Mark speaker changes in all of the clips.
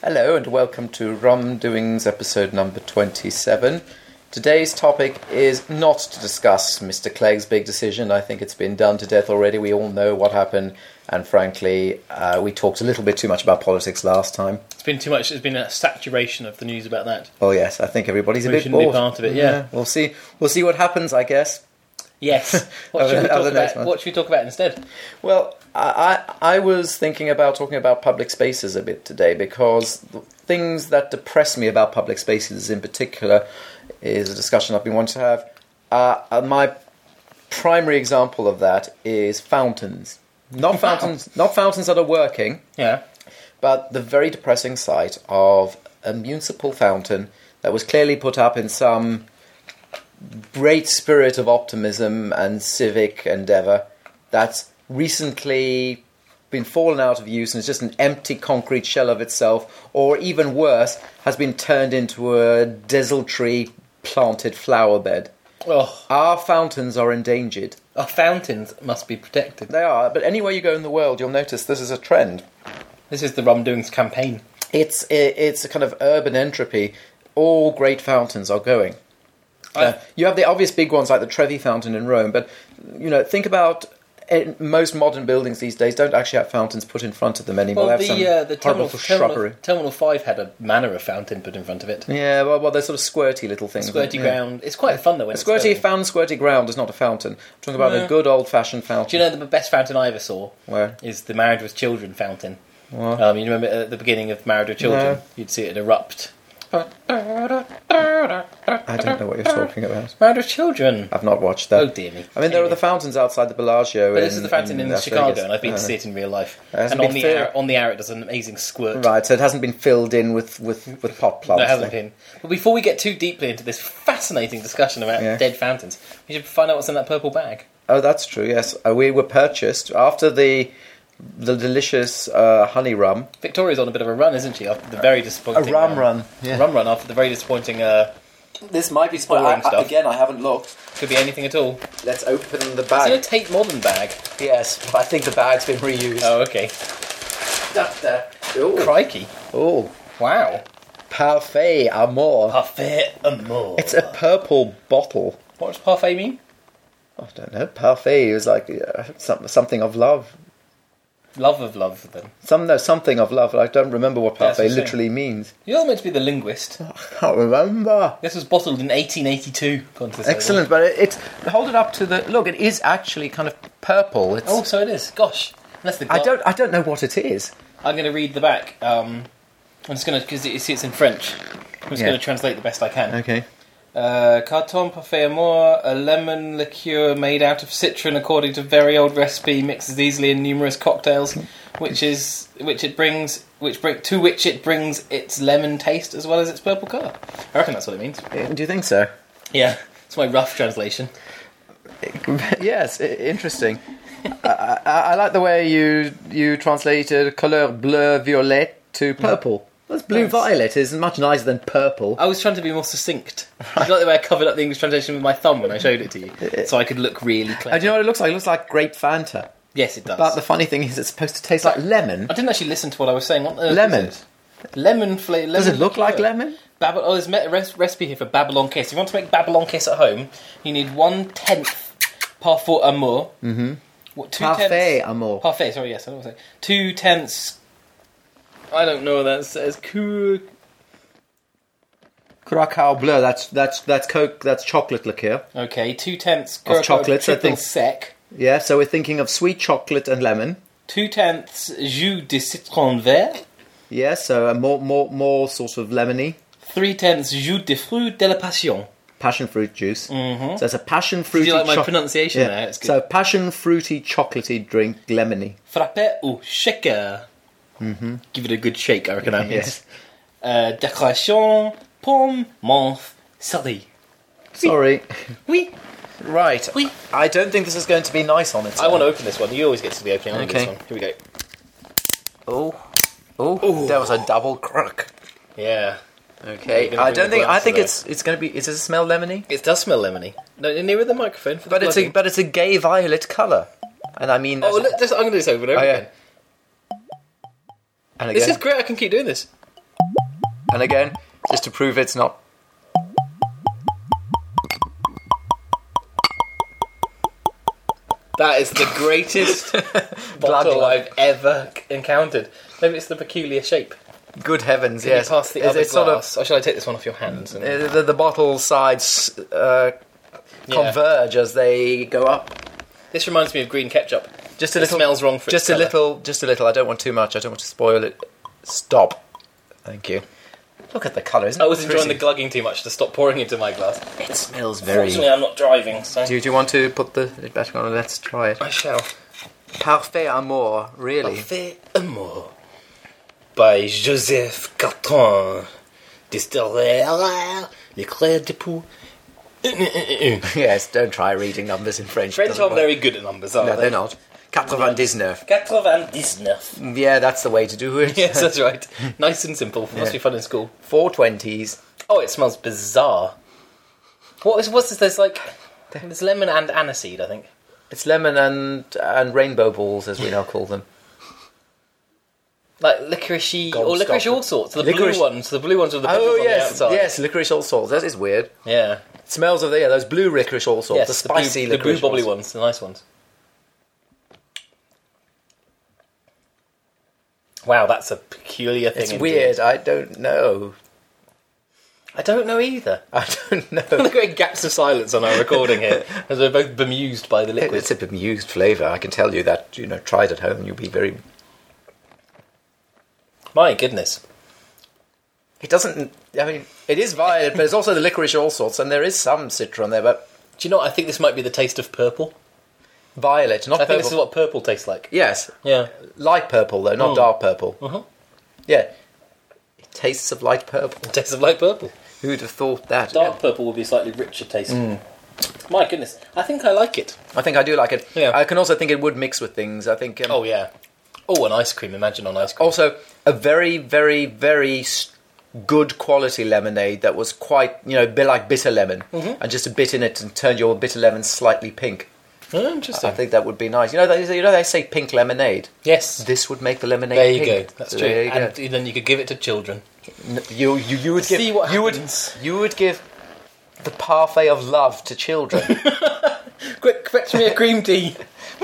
Speaker 1: Hello and welcome to Rum Doings episode number 27. Today's topic is not to discuss Mr. Clegg's big decision. I think it's been done to death already. We all know what happened, and frankly, uh, we talked a little bit too much about politics last time.
Speaker 2: It's been too much. There's been a saturation of the news about that.
Speaker 1: Oh yes, I think everybody's a
Speaker 2: We
Speaker 1: bit
Speaker 2: shouldn't be
Speaker 1: bored.
Speaker 2: part of it, yeah.
Speaker 1: we'll see. We'll see what happens, I guess.
Speaker 2: Yes. What
Speaker 1: Other-
Speaker 2: should we
Speaker 1: other
Speaker 2: talk
Speaker 1: next
Speaker 2: about?
Speaker 1: one.
Speaker 2: What should we talk about instead?
Speaker 1: Well, I, I I was thinking about talking about public spaces a bit today because the things that depress me about public spaces in particular is a discussion I've been wanting to have. Uh, uh, my primary example of that is fountains. Not fountains, not fountains that are working,
Speaker 2: Yeah.
Speaker 1: but the very depressing sight of a municipal fountain that was clearly put up in some great spirit of optimism and civic endeavour that's recently been fallen out of use and is just an empty concrete shell of itself, or even worse, has been turned into a desultory planted flower bed.
Speaker 2: Oh,
Speaker 1: Our fountains are endangered.
Speaker 2: our fountains must be protected.
Speaker 1: They are, but anywhere you go in the world, you'll notice this is a trend.
Speaker 2: This is the Rum Doings campaign.
Speaker 1: it's it, it's a kind of urban entropy. All great fountains are going. Uh, you have the obvious big ones like the Trevi Fountain in Rome, but you know, think about eh, most modern buildings these days don't actually have fountains put in front of them anymore.
Speaker 2: well,
Speaker 1: they have
Speaker 2: the
Speaker 1: some
Speaker 2: uh, the
Speaker 1: horrible
Speaker 2: terminal,
Speaker 1: shrubbery.
Speaker 2: terminal, terminal five had a manner of fountain put in front of it.
Speaker 1: Yeah, well, well, they're sort of squirty little things.
Speaker 2: Squirty
Speaker 1: yeah.
Speaker 2: ground. It's quite fun though. When
Speaker 1: A
Speaker 2: it's
Speaker 1: squirty
Speaker 2: going.
Speaker 1: fountain, squirty ground is not a fountain. I'm talking about a
Speaker 2: No.
Speaker 1: good old fashioned fountain.
Speaker 2: Do you know the best fountain I ever saw?
Speaker 1: Where?
Speaker 2: is the Married with Children fountain? Um, you remember at the beginning of Married with Children,
Speaker 1: No.
Speaker 2: you'd see it erupt.
Speaker 1: I don't know what you're talking about.
Speaker 2: Married with Children.
Speaker 1: I've not watched that.
Speaker 2: Oh, dear me.
Speaker 1: Uh, I mean, there are
Speaker 2: Anyway.
Speaker 1: the fountains outside the Bellagio.
Speaker 2: But this is the fountain in,
Speaker 1: Las
Speaker 2: Chicago,
Speaker 1: Vegas.
Speaker 2: and I've been
Speaker 1: Uh,
Speaker 2: to see it in real life.
Speaker 1: There's a
Speaker 2: And
Speaker 1: big
Speaker 2: on the
Speaker 1: theory.
Speaker 2: hour, on the hour, it does an amazing squirt.
Speaker 1: Right, so it hasn't been filled in with with, with pot plants.
Speaker 2: No, it hasn't
Speaker 1: then.
Speaker 2: been. But before we get too deeply into this fascinating discussion about
Speaker 1: Yeah.
Speaker 2: dead fountains, we should find out what's in that purple bag.
Speaker 1: Oh, that's true. Yes, uh, we were purchased after the the delicious uh, honey rum.
Speaker 2: Victoria's on a bit of a run, isn't she? After the very disappointing um, rum run after the very disappointing. Uh,
Speaker 1: This might be
Speaker 2: spoiling stuff.
Speaker 1: Again, I haven't looked.
Speaker 2: could be anything at all.
Speaker 1: Let's open the
Speaker 2: Is it a
Speaker 1: bag.
Speaker 2: Tate Modern bag?
Speaker 1: Yes, but I think the bag's been reused.
Speaker 2: Oh, okay.
Speaker 1: Up there. Oh,
Speaker 2: Crikey!
Speaker 1: oh.
Speaker 2: Wow.
Speaker 1: parfait amour.
Speaker 2: Parfait amour.
Speaker 1: It's a purple bottle.
Speaker 2: what does parfait mean?
Speaker 1: I don't know. Parfait is like uh, some, something of love.
Speaker 2: Love of love. Then
Speaker 1: Some no, something of love. I don't remember what
Speaker 2: That's
Speaker 1: parfait
Speaker 2: the thing.
Speaker 1: literally means.
Speaker 2: you're meant to be the linguist.
Speaker 1: I can't remember.
Speaker 2: This was bottled in 1882. according to this label.
Speaker 1: Excellent, but it, it's hold it up to the look. It is actually kind of purple. It's
Speaker 2: Oh, so it is. Gosh, that's the.
Speaker 1: I don't I don't know what it is.
Speaker 2: I'm going to read the back. Um, I'm just going to because you see it's in French. I'm just
Speaker 1: Yeah.
Speaker 2: going to translate the best I can.
Speaker 1: Okay.
Speaker 2: Uh, carton parfait amour, a lemon liqueur made out of citron, according to very old recipe, mixes easily in numerous cocktails, which is which it brings which bring, to which it brings its lemon taste as well as its purple colour. I reckon that's what it means.
Speaker 1: Do you think so?
Speaker 2: Yeah, it's my rough translation.
Speaker 1: yes, i- interesting. I, I, I like the way you you translated color bleu violet to purple. Oh, That's blue
Speaker 2: Nice.
Speaker 1: violet is much nicer than purple.
Speaker 2: I was trying to be more succinct. I like the way I covered up the English translation with my thumb when I showed it to
Speaker 1: Uh,
Speaker 2: you, so I could look really
Speaker 1: And
Speaker 2: clever.
Speaker 1: do you know what it looks like? It looks like grape Fanta.
Speaker 2: Yes, it does.
Speaker 1: But the funny thing is, it's supposed to taste like lemon.
Speaker 2: I didn't actually listen to what I was saying. What on earth is
Speaker 1: Lemon.
Speaker 2: it? Lemon flavour.
Speaker 1: Does it look like lemon?
Speaker 2: Babel- oh, there's a res- recipe here for Babylon Kiss. If you want to make Babylon Kiss at home, you need one tenth parfait amour. Mm-hmm. What, two
Speaker 1: Parfait
Speaker 2: tenths,
Speaker 1: amour.
Speaker 2: Parfait, sorry, yes, I don't say. Two tenths. I don't know what that says. Cou-
Speaker 1: Curacao bleu. That's that's that's Coke. That's chocolate liqueur.
Speaker 2: Okay, two tenths
Speaker 1: Of chocolates, I
Speaker 2: triple
Speaker 1: think.
Speaker 2: sec.
Speaker 1: Yeah. So we're thinking of sweet chocolate and lemon.
Speaker 2: Two tenths jus de citron vert.
Speaker 1: Yeah, so a more more more sort of lemony
Speaker 2: Three tenths jus de fruit de la passion.
Speaker 1: passion fruit juice. Mm-hmm. So it's a passion fruity.
Speaker 2: like my
Speaker 1: choc-
Speaker 2: pronunciation
Speaker 1: Yeah.
Speaker 2: there? It's good.
Speaker 1: So passion fruity chocolatey drink lemony.
Speaker 2: Frappe au shaker. Mm-hmm. Give it a good shake, I reckon that means.
Speaker 1: Yes.
Speaker 2: Uh, décoration, pomme, menthe, celery.
Speaker 1: Sorry.
Speaker 2: Oui.
Speaker 1: right.
Speaker 2: Oui.
Speaker 1: I don't think this is going to be nice on it.
Speaker 2: I want to open this one. You always get to the opening. I
Speaker 1: Okay.
Speaker 2: okay. This one. Here we go.
Speaker 1: Oh. Oh. There was a double crook.
Speaker 2: Yeah.
Speaker 1: Okay.
Speaker 2: You're gonna
Speaker 1: I
Speaker 2: bring
Speaker 1: don't
Speaker 2: the
Speaker 1: think. I
Speaker 2: glass
Speaker 1: think
Speaker 2: to
Speaker 1: it's it's going to be. Does it smell lemony?
Speaker 2: It does smell lemony. No, nearer the microphone. For the
Speaker 1: But it's a
Speaker 2: plugging.
Speaker 1: but it's a gay violet color, and I mean.
Speaker 2: Oh, look, this, I'm going to do this over and over
Speaker 1: Oh, yeah.
Speaker 2: again.
Speaker 1: And
Speaker 2: This
Speaker 1: again.
Speaker 2: is great. I can keep doing this.
Speaker 1: And again, just to prove it's not.
Speaker 2: That is the greatest bottle
Speaker 1: Blood.
Speaker 2: I've ever encountered. Maybe it's the peculiar shape.
Speaker 1: Good heavens,
Speaker 2: Can
Speaker 1: yes.
Speaker 2: you pass the
Speaker 1: It's-
Speaker 2: other
Speaker 1: it's not a-
Speaker 2: glass? or shall I take this one off your hands? And,
Speaker 1: Uh, the, the bottle sides uh,
Speaker 2: Yeah.
Speaker 1: converge as they go up.
Speaker 2: This reminds me of green ketchup.
Speaker 1: Just a
Speaker 2: It
Speaker 1: little.
Speaker 2: smells wrong for its
Speaker 1: Just a
Speaker 2: colour.
Speaker 1: little. Just a little. I don't want too much. I don't want to spoil it. Stop. Thank you. Look at the colour. Isn't
Speaker 2: I was
Speaker 1: it
Speaker 2: enjoying the
Speaker 1: pretty?
Speaker 2: glugging too much to stop pouring into my glass.
Speaker 1: It smells very.
Speaker 2: Fortunately, I'm not driving, so
Speaker 1: Do you, do you want to put the lid back on? Let's try it.
Speaker 2: I shall.
Speaker 1: Parfait amour, really.
Speaker 2: Parfait Amour by Joseph Carton. Distillery Les Clercs de Poux.
Speaker 1: yes, don't try reading numbers in French. it
Speaker 2: French
Speaker 1: doesn't
Speaker 2: are
Speaker 1: work.
Speaker 2: very good at numbers, aren't
Speaker 1: No,
Speaker 2: they?
Speaker 1: they're not. 99.
Speaker 2: 99.
Speaker 1: Yeah, that's the way to do it.
Speaker 2: Yes, that's right. Nice and simple. Must be fun in school.
Speaker 1: Four twenties.
Speaker 2: Oh, it smells bizarre. What is what's this? There's like there's lemon and aniseed, I think.
Speaker 1: It's lemon and and rainbow balls, as we now call them.
Speaker 2: Like licoricey
Speaker 1: Gold
Speaker 2: or licorice
Speaker 1: stopper.
Speaker 2: all sorts. The
Speaker 1: Licorice-
Speaker 2: blue ones, the blue ones with the pickles
Speaker 1: Oh
Speaker 2: on
Speaker 1: yes,
Speaker 2: the outside.
Speaker 1: yes, licorice all sorts. That is weird.
Speaker 2: Yeah.
Speaker 1: smells of the yeah, those blue licorice all sorts.
Speaker 2: Yes,
Speaker 1: Oh, the spicy
Speaker 2: blue, the blue
Speaker 1: licorice.
Speaker 2: bobbly
Speaker 1: all
Speaker 2: ones,
Speaker 1: sorts.
Speaker 2: the nice ones. Wow, that's a peculiar thing.
Speaker 1: It's
Speaker 2: indeed.
Speaker 1: weird. I don't know.
Speaker 2: I don't know either.
Speaker 1: I don't
Speaker 2: the
Speaker 1: know.
Speaker 2: great gaps of silence on our recording here, as we're both bemused by the liquid.
Speaker 1: it's a bemused flavour. I can tell you that. You know, tried at home, you'll be very.
Speaker 2: My goodness.
Speaker 1: It doesn't. I mean, it is violet, but it's also the licorice all sorts, and there is some citron there, but
Speaker 2: Do you know? what? I think this might be the taste of purple.
Speaker 1: violet, not
Speaker 2: I think
Speaker 1: purple.
Speaker 2: this is what purple tastes like.
Speaker 1: Yes,
Speaker 2: Yeah.
Speaker 1: light purple though, not
Speaker 2: Mm.
Speaker 1: dark purple.
Speaker 2: Mhm.
Speaker 1: Yeah, it tastes of light purple.
Speaker 2: It tastes of light purple.
Speaker 1: Who'd have thought that?
Speaker 2: Dark purple would be a slightly richer taste. My goodness. I think I like it.
Speaker 1: I think I do like it.
Speaker 2: Yeah.
Speaker 1: I can also think it would mix with things. I think. Um,
Speaker 2: Oh, yeah. Oh, an ice cream. Imagine on ice cream.
Speaker 1: also a very, very, very s- good quality lemonade that was quite, you know, a bit like bitter lemon,
Speaker 2: Mm-hmm.
Speaker 1: and just a bit in it and turned your bitter lemon slightly pink.
Speaker 2: Oh, interesting.
Speaker 1: I think that would be nice. You know, they, you know, they say pink lemonade.
Speaker 2: yes.
Speaker 1: This would make the lemonade.
Speaker 2: There you go.
Speaker 1: pink.
Speaker 2: That's
Speaker 1: There
Speaker 2: true.
Speaker 1: you,
Speaker 2: And
Speaker 1: go.
Speaker 2: then you could give it to children.
Speaker 1: N- you, you, you would give.
Speaker 2: See what
Speaker 1: you
Speaker 2: happens.
Speaker 1: would. You would give the parfait of love to children.
Speaker 2: Quick, fetch me a cream tea.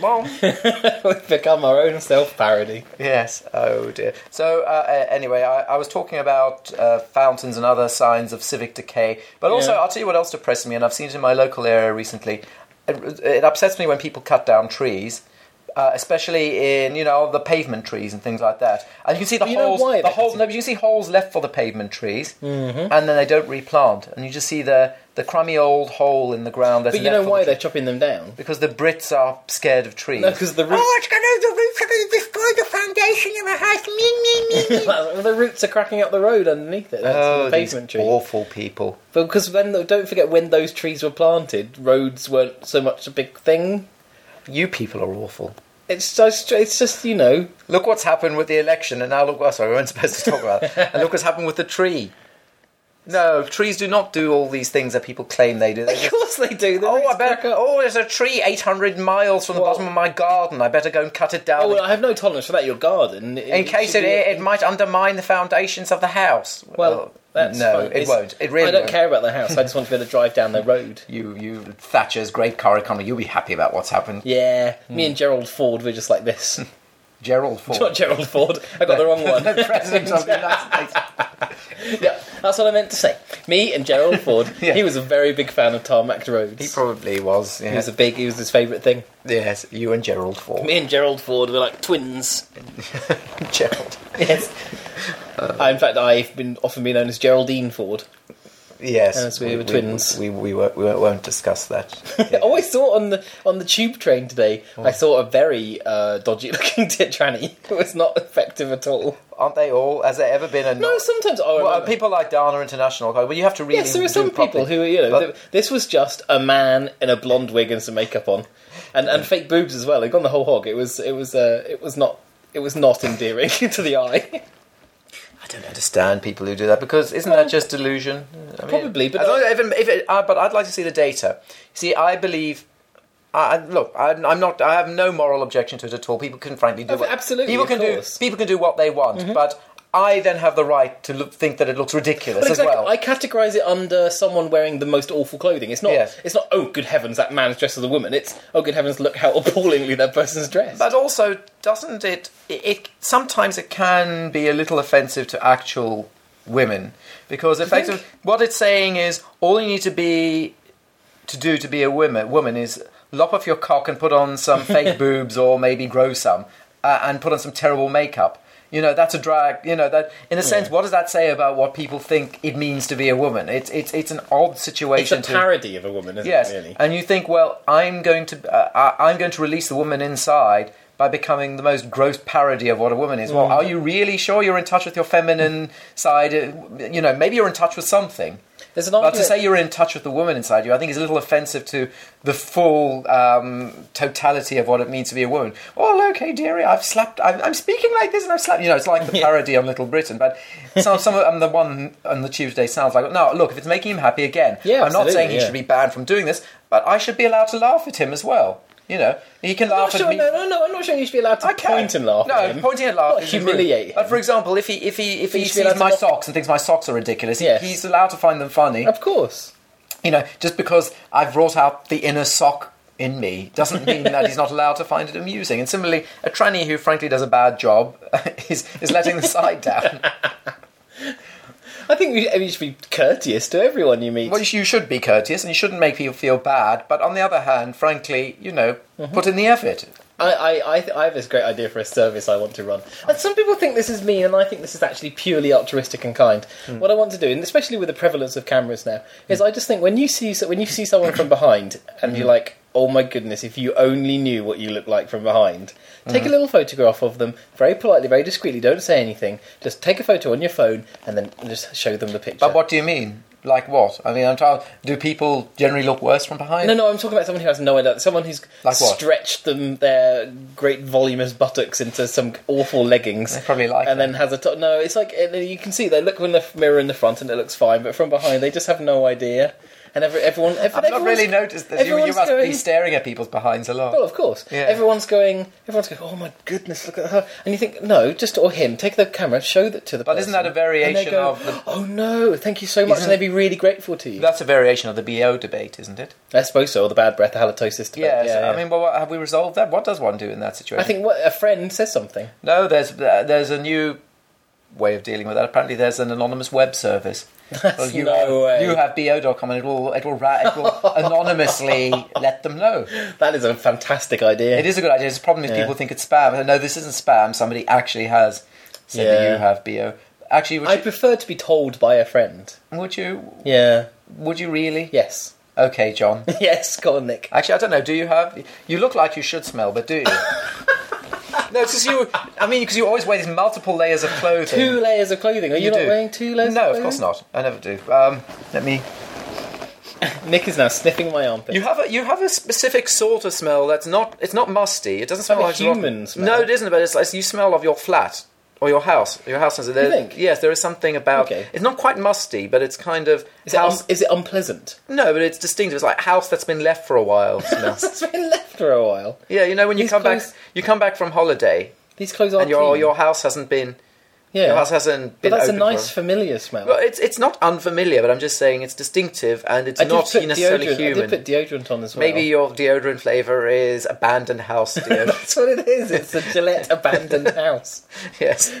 Speaker 2: We've become our own self parody.
Speaker 1: Yes. Oh dear. So uh, uh, anyway, I, I was talking about uh, fountains and other signs of civic decay, but also
Speaker 2: Yeah.
Speaker 1: I'll tell you what else depressed me, and I've seen it in my local area recently. It, it upsets me when people cut down trees. Uh, especially in you know the pavement trees and things like that, and you can see the
Speaker 2: you know
Speaker 1: holes.
Speaker 2: why
Speaker 1: the
Speaker 2: that
Speaker 1: holes.
Speaker 2: is-
Speaker 1: No, but you can see holes left for the pavement trees,
Speaker 2: Mm-hmm.
Speaker 1: and then they don't replant, and you just see the the crummy old hole in the ground. That's
Speaker 2: But you
Speaker 1: left
Speaker 2: know
Speaker 1: for the
Speaker 2: why
Speaker 1: tree-
Speaker 2: they're chopping them down?
Speaker 1: because the Brits are scared of trees.
Speaker 2: No, because the roots.
Speaker 3: Oh, it's gonna the roots are gonna destroy the foundation of a house. Me, me, me.
Speaker 2: the roots are cracking up the road underneath it. That's
Speaker 1: oh,
Speaker 2: the
Speaker 1: these
Speaker 2: pavement tree.
Speaker 1: awful people.
Speaker 2: But because when the, don't forget when those trees were planted, roads weren't so much a big thing.
Speaker 1: You people are awful.
Speaker 2: It's just, it's just you know.
Speaker 1: Look what's happened with the election, and now look. Oh, sorry, we weren't supposed to talk about it. And look what's happened with the tree. No, trees do not do all these things that people claim they do. They
Speaker 2: Of
Speaker 1: just-
Speaker 2: course they do. The
Speaker 1: oh,
Speaker 2: roots
Speaker 1: I better.
Speaker 2: crack up.
Speaker 1: Oh, there's a tree 800 miles from the
Speaker 2: Well-
Speaker 1: bottom of my garden. I better go and cut it down.
Speaker 2: Oh, well, I have no tolerance for that. Your garden. It-
Speaker 1: in case
Speaker 2: should
Speaker 1: it,
Speaker 2: be-
Speaker 1: it, might undermine the foundations of the house.
Speaker 2: Well, that's
Speaker 1: Oh, no,
Speaker 2: fine.
Speaker 1: it
Speaker 2: It's-
Speaker 1: won't. It really
Speaker 2: I don't
Speaker 1: won't.
Speaker 2: care about the house. I just want to be able to drive down the road.
Speaker 1: You, you, Thatcher's great car economy. You'll be happy about what's happened.
Speaker 2: Yeah,
Speaker 1: Hmm.
Speaker 2: me and Gerald Ford were just like this.
Speaker 1: Gerald
Speaker 2: Not
Speaker 1: Ford,
Speaker 2: Gerald Ford. I got the wrong one.
Speaker 1: president of the United States.
Speaker 2: yeah, that's what I meant to say. Me and Gerald Ford.
Speaker 1: Yeah.
Speaker 2: He was a very big fan of tarmac roads.
Speaker 1: He probably was.
Speaker 2: He
Speaker 1: Yes,
Speaker 2: was a big. He was his favourite thing.
Speaker 1: yes you and Gerald Ford.
Speaker 2: Me and Gerald Ford were like twins.
Speaker 1: Gerald.
Speaker 2: Yes. I, in fact, I've been often been known as Geraldine Ford.
Speaker 1: Yes,
Speaker 2: Yes, we were twins.
Speaker 1: We, we, won't- we won't discuss that.
Speaker 2: I always saw on the on the tube train today. I saw a very uh, dodgy looking tit tranny. It was not effective at all.
Speaker 1: aren't they all? Has there ever been a
Speaker 2: No, sometimes oh, I
Speaker 1: Well, uh,
Speaker 2: remember.
Speaker 1: people like Dana International. Well, you have to read.
Speaker 2: Yes, there are some people who, you know,
Speaker 1: But-
Speaker 2: th this was just a man in a blonde wig and some makeup on, and and fake boobs as well. They gone the whole hog. It was it was uh, it was not it was not endearing to the eye.
Speaker 1: I don't understand people who do that because isn't that just delusion? I mean,
Speaker 2: Probably, but
Speaker 1: as long
Speaker 2: I-
Speaker 1: as- if it- if it- uh, but I'd like to see the data. See, I believe I, I- look, I, I'm not. I have no moral objection to it at all. People can frankly do
Speaker 2: Oh,
Speaker 1: what,
Speaker 2: absolutely,
Speaker 1: People
Speaker 2: of
Speaker 1: can
Speaker 2: course. Mm-hmm.
Speaker 1: do. People can do what they want, but I then have the right to look, think that it looks ridiculous
Speaker 2: But exactly,
Speaker 1: as well.
Speaker 2: I categorize it under someone wearing the most awful clothing. It's not.
Speaker 1: Yes.
Speaker 2: It's not. Oh, good heavens, that man's dressed as a woman. It's. Oh, good heavens, look how appallingly that person's dressed.
Speaker 1: But also, doesn't it, it? It sometimes it can be a little offensive to actual women because effectively, what it's saying is all you need to be to do to be a woman woman is lop off your cock and put on some fake boobs or maybe grow some uh, and put on some terrible makeup. You know that's a drag. You know that in a sense, what does that say about what people think it means to be a woman? It's it's it's an odd
Speaker 2: it's
Speaker 1: situation.
Speaker 2: a
Speaker 1: to-
Speaker 2: parody of a woman, isn't
Speaker 1: Yes,
Speaker 2: it? Really.
Speaker 1: and you think, well, I'm going to, uh, I- I'm going to release the woman inside by becoming the most gross parody of what a woman is. Well, are you really sure you're in touch with your feminine side? Uh, You know, maybe you're in touch with something.
Speaker 2: There's an
Speaker 1: But
Speaker 2: argument.
Speaker 1: to say you're in touch with the woman inside you, I think is a little offensive to the full um, totality of what it means to be a woman. Well, okay, dearie, I've slapped. I'm, I'm speaking like this, and I've slapped. You know, it's like the parody on Little Britain. But some, some of um, the one on the Tuesday sounds like, no, look, if it's making him happy again,
Speaker 2: Yeah,
Speaker 1: I'm not
Speaker 2: absolutely,
Speaker 1: saying he
Speaker 2: yeah.
Speaker 1: should be banned from doing this, but I should be allowed to laugh at him as well. You know, he can
Speaker 2: I'm
Speaker 1: laugh
Speaker 2: not sure,
Speaker 1: at me.
Speaker 2: no, no, no, I'm not sure you should be allowed to
Speaker 1: I can.
Speaker 2: point and laugh.
Speaker 1: No,
Speaker 2: at him.
Speaker 1: pointing and laughing.
Speaker 2: Not
Speaker 1: is
Speaker 2: humiliate
Speaker 1: rude.
Speaker 2: him.
Speaker 1: But for example, if he if he if
Speaker 2: But
Speaker 1: he
Speaker 2: you should be
Speaker 1: sees
Speaker 2: allowed to
Speaker 1: my
Speaker 2: laugh.
Speaker 1: socks and thinks my socks are ridiculous, he-
Speaker 2: Yes.
Speaker 1: he's allowed to find them funny.
Speaker 2: Of course.
Speaker 1: You know, just because I've brought out the inner sock in me doesn't mean that he's not allowed to find it amusing. And similarly, a tranny who frankly does a bad job is is letting the side down.
Speaker 2: I think we, I mean, you should be courteous to everyone you meet.
Speaker 1: Well, you should be courteous and you shouldn't make people feel bad. But on the other hand, frankly, you know,
Speaker 2: Mm-hmm.
Speaker 1: put in the effort.
Speaker 2: I, I, I, th- I have this great idea for a service I want to run. And some people think this is mean, and I think this is actually purely altruistic and kind.
Speaker 1: Hmm.
Speaker 2: What I want to do, and especially with the prevalence of cameras now, is I just think when you see so, when you see someone from behind, and
Speaker 1: Hmm.
Speaker 2: you're like, oh my goodness, if you only knew what you look like from behind, take
Speaker 1: Hmm.
Speaker 2: a little photograph of them, very politely, very discreetly, don't say anything, just take a photo on your phone, and then just show them the picture.
Speaker 1: But what do you mean? Like what? I mean, I'm trying. Do people generally look worse from behind?
Speaker 2: No, no, I'm talking about someone who has no idea. Someone who's
Speaker 1: Like what?
Speaker 2: stretched them their great voluminous buttocks into some awful leggings.
Speaker 1: They probably like
Speaker 2: and then has a top. No, it's like and you can see they look in the mirror in the front and it looks fine, but from behind they just have no idea. And every, everyone, ev-
Speaker 1: I've not
Speaker 2: everyone's-
Speaker 1: really noticed that you, you
Speaker 2: everyone's
Speaker 1: must
Speaker 2: going-
Speaker 1: be staring at people's behinds a lot.
Speaker 2: Well, of course.
Speaker 1: Yeah.
Speaker 2: Everyone's going. Everyone's going. Oh my goodness, look at her! And you think, no, just or him. Take the camera, show that to the.
Speaker 1: But isn't that a variation
Speaker 2: and they go,
Speaker 1: of the-
Speaker 2: Oh no! Thank you so much, and
Speaker 1: Isn't-
Speaker 2: they'd be really grateful to you.
Speaker 1: That's a variation of the BO debate, isn't it?
Speaker 2: I suppose so. Or the bad breath, the halitosis. debate.
Speaker 1: Yes.
Speaker 2: yeah, yeah.
Speaker 1: I mean, well, what, have we resolved that? What does one do in that situation?
Speaker 2: I think what, a friend says something.
Speaker 1: no. There's uh, there's a new way of dealing with that. Apparently, there's an anonymous web service. Well, you
Speaker 2: no
Speaker 1: have,
Speaker 2: way.
Speaker 1: You have bo.com, and it will it will, ra- it will anonymously let them know.
Speaker 2: That is a fantastic idea.
Speaker 1: It is a good idea. It's a problem is
Speaker 2: Yeah.
Speaker 1: people think it's spam. No, this isn't spam. Somebody actually has said that
Speaker 2: Yeah.
Speaker 1: you have bo. Actually, would
Speaker 2: I
Speaker 1: you,
Speaker 2: prefer to be told by a friend.
Speaker 1: would you
Speaker 2: Yeah.
Speaker 1: would you really?
Speaker 2: Yes.
Speaker 1: Okay, John.
Speaker 2: Yes, go on, Nick.
Speaker 1: Actually, I don't know. Do you have? You look like you should smell, but do you? no, it's just you. I mean, because you always wear these multiple layers of clothing.
Speaker 2: Two layers of clothing. Are you,
Speaker 1: You
Speaker 2: not
Speaker 1: do.
Speaker 2: wearing two layers?
Speaker 1: No, of course not. I never do. Um, let me.
Speaker 2: not. Nick is now sniffing my armpit.
Speaker 1: You have a you have a specific sort of smell that's not it's not musty. It doesn't Oh, smell
Speaker 2: Like a
Speaker 1: like rotten-
Speaker 2: human smell.
Speaker 1: No, it isn't. But it's like you smell of your flat or your house. Your house is there.
Speaker 2: think?
Speaker 1: Yes, there is something about.
Speaker 2: Okay.
Speaker 1: It's not quite musty, but it's kind of
Speaker 2: is, it un- is it unpleasant?
Speaker 1: no, but it's distinctive. It's like house that's been left for a while. smell.
Speaker 2: it's been left for a while.
Speaker 1: yeah, you know when you
Speaker 2: These
Speaker 1: come
Speaker 2: clothes-
Speaker 1: back you come back from holiday
Speaker 2: These clothes are
Speaker 1: and your your house hasn't been
Speaker 2: yeah.
Speaker 1: your house hasn't
Speaker 2: but
Speaker 1: been
Speaker 2: that's a
Speaker 1: open
Speaker 2: nice
Speaker 1: for
Speaker 2: familiar smell.
Speaker 1: well, it's it's not unfamiliar, but I'm just saying it's distinctive and it's
Speaker 2: I did
Speaker 1: not
Speaker 2: put
Speaker 1: necessarily
Speaker 2: deodorant.
Speaker 1: human.
Speaker 2: I did put deodorant on as well.
Speaker 1: Maybe your deodorant flavour is abandoned house deodorant.
Speaker 2: that's what it is. It's a Gillette abandoned house.
Speaker 1: yes,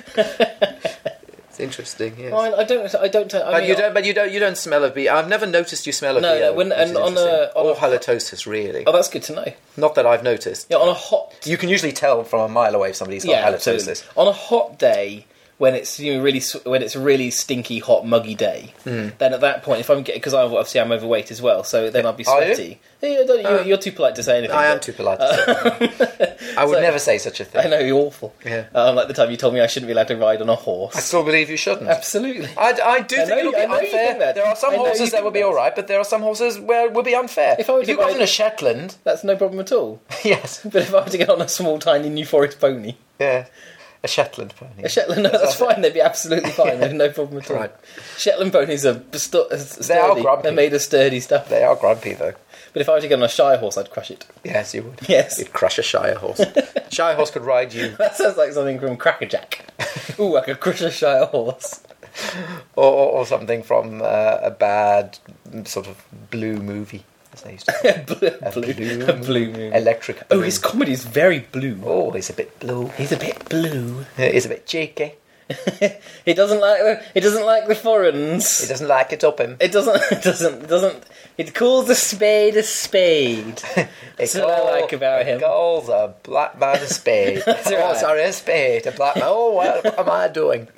Speaker 1: it's interesting. Yes.
Speaker 2: I, I don't. I don't. I
Speaker 1: but
Speaker 2: mean,
Speaker 1: you don't. But you don't. You don't smell of bee. I've never noticed you smell of
Speaker 2: No,
Speaker 1: bee.
Speaker 2: no, when- and on a- on
Speaker 1: or
Speaker 2: a-
Speaker 1: halitosis, really.
Speaker 2: Oh, that's good to know.
Speaker 1: Not that I've noticed.
Speaker 2: Yeah, on a hot
Speaker 1: You can usually tell from a mile away if somebody's got halitosis.
Speaker 2: absolutely. On a hot day, when it's you know, really s- when it's a really stinky, hot, muggy day,
Speaker 1: Hmm.
Speaker 2: then at that point, if I'm because obviously I'm overweight as well, so then I'd be
Speaker 1: Are you? Oh.
Speaker 2: sweaty. Yeah, don't, you're, you're too polite to say anything.
Speaker 1: I am
Speaker 2: but-
Speaker 1: too polite. To say. I would
Speaker 2: So-
Speaker 1: never say such a thing.
Speaker 2: I know you're awful.
Speaker 1: Yeah.
Speaker 2: Um, like the time you told me I shouldn't be allowed to ride on a
Speaker 1: I
Speaker 2: horse.
Speaker 1: still believe you shouldn't.
Speaker 2: Absolutely.
Speaker 1: I, d- I do
Speaker 2: I
Speaker 1: think
Speaker 2: know
Speaker 1: it'll
Speaker 2: you-
Speaker 1: be
Speaker 2: I know you
Speaker 1: unfair.
Speaker 2: think that.
Speaker 1: There are some
Speaker 2: I know you
Speaker 1: horses that
Speaker 2: think
Speaker 1: will be
Speaker 2: that.
Speaker 1: all right, but there are some horses where it would be unfair.
Speaker 2: If I were to
Speaker 1: you got
Speaker 2: ride-
Speaker 1: in a Shetland,
Speaker 2: That's no problem at all.
Speaker 1: yes,
Speaker 2: But if I were to get on a small, tiny New Forest pony,
Speaker 1: yeah, a Shetland pony.
Speaker 2: a Shetland, no, that's fine. They'd be absolutely fine. They'd be no problem at all.
Speaker 1: Right.
Speaker 2: Shetland ponies are stu-
Speaker 1: They are
Speaker 2: sturdy.
Speaker 1: grumpy.
Speaker 2: They're made of sturdy stuff.
Speaker 1: They are grumpy though.
Speaker 2: But if I were to get on a Shire horse, I'd crush it.
Speaker 1: Yes, you would.
Speaker 2: Yes.
Speaker 1: You'd crush a Shire horse. Shire horse could ride you,
Speaker 2: That sounds like something from Crackerjack. Ooh, I could crush a Shire horse.
Speaker 1: or, or, or something from uh, a bad mm, sort of blue movie. As they used to call
Speaker 2: blue,
Speaker 1: it. A
Speaker 2: blue,
Speaker 1: blue
Speaker 2: a blue moon.
Speaker 1: Electric.
Speaker 2: Oh,
Speaker 1: Blue.
Speaker 2: his comedy is very blue.
Speaker 1: oh, he's a bit blue.
Speaker 2: He's a bit blue.
Speaker 1: He's a bit cheeky.
Speaker 2: he doesn't like the. He doesn't like the
Speaker 1: He
Speaker 2: foreigners.
Speaker 1: doesn't like it up him.
Speaker 2: It doesn't. It doesn't. Doesn't. It calls a spade a spade. That's what I like about him.
Speaker 1: Goals a black man a spade. oh,
Speaker 2: right.
Speaker 1: sorry, a spade. A black man. Oh, what am I doing?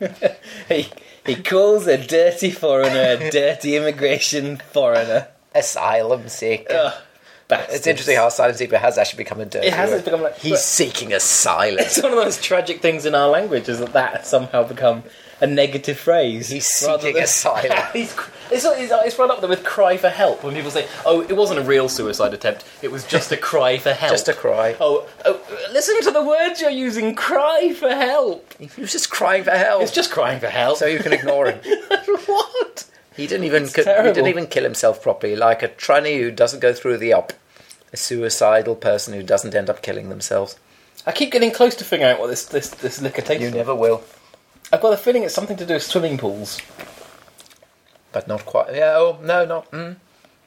Speaker 2: He, he calls a dirty foreigner a dirty immigration foreigner.
Speaker 1: Asylum seeker.
Speaker 2: Ugh, bastards.
Speaker 1: it's interesting how asylum seeker has actually become a dirty.
Speaker 2: Oh, It has,
Speaker 1: word.
Speaker 2: it's become like-
Speaker 1: he's seeking asylum.
Speaker 2: It's one of those tragic things in our language is that that has somehow become a negative phrase.
Speaker 1: He's
Speaker 2: rather
Speaker 1: seeking
Speaker 2: than-
Speaker 1: asylum.
Speaker 2: He's cr- it's, not- it's, it's right up there with cry for help when people say, "Oh, it wasn't a real suicide attempt. It was just a cry for help."
Speaker 1: Just a cry.
Speaker 2: Oh, oh, listen to the words you're using. Cry for help.
Speaker 1: He was just crying for help.
Speaker 2: It's just crying for help.
Speaker 1: so you can ignore him.
Speaker 2: what?
Speaker 1: He didn't even he
Speaker 2: terrible.
Speaker 1: didn't even kill himself properly, like a tranny who doesn't go through the up, a suicidal person who doesn't end up killing themselves.
Speaker 2: I keep getting close to figuring out what this this this liquor tastes
Speaker 1: You
Speaker 2: like.
Speaker 1: never will,
Speaker 2: I've got a feeling it's something to do with swimming pools.
Speaker 1: but not quite. Yeah, oh no, not mm,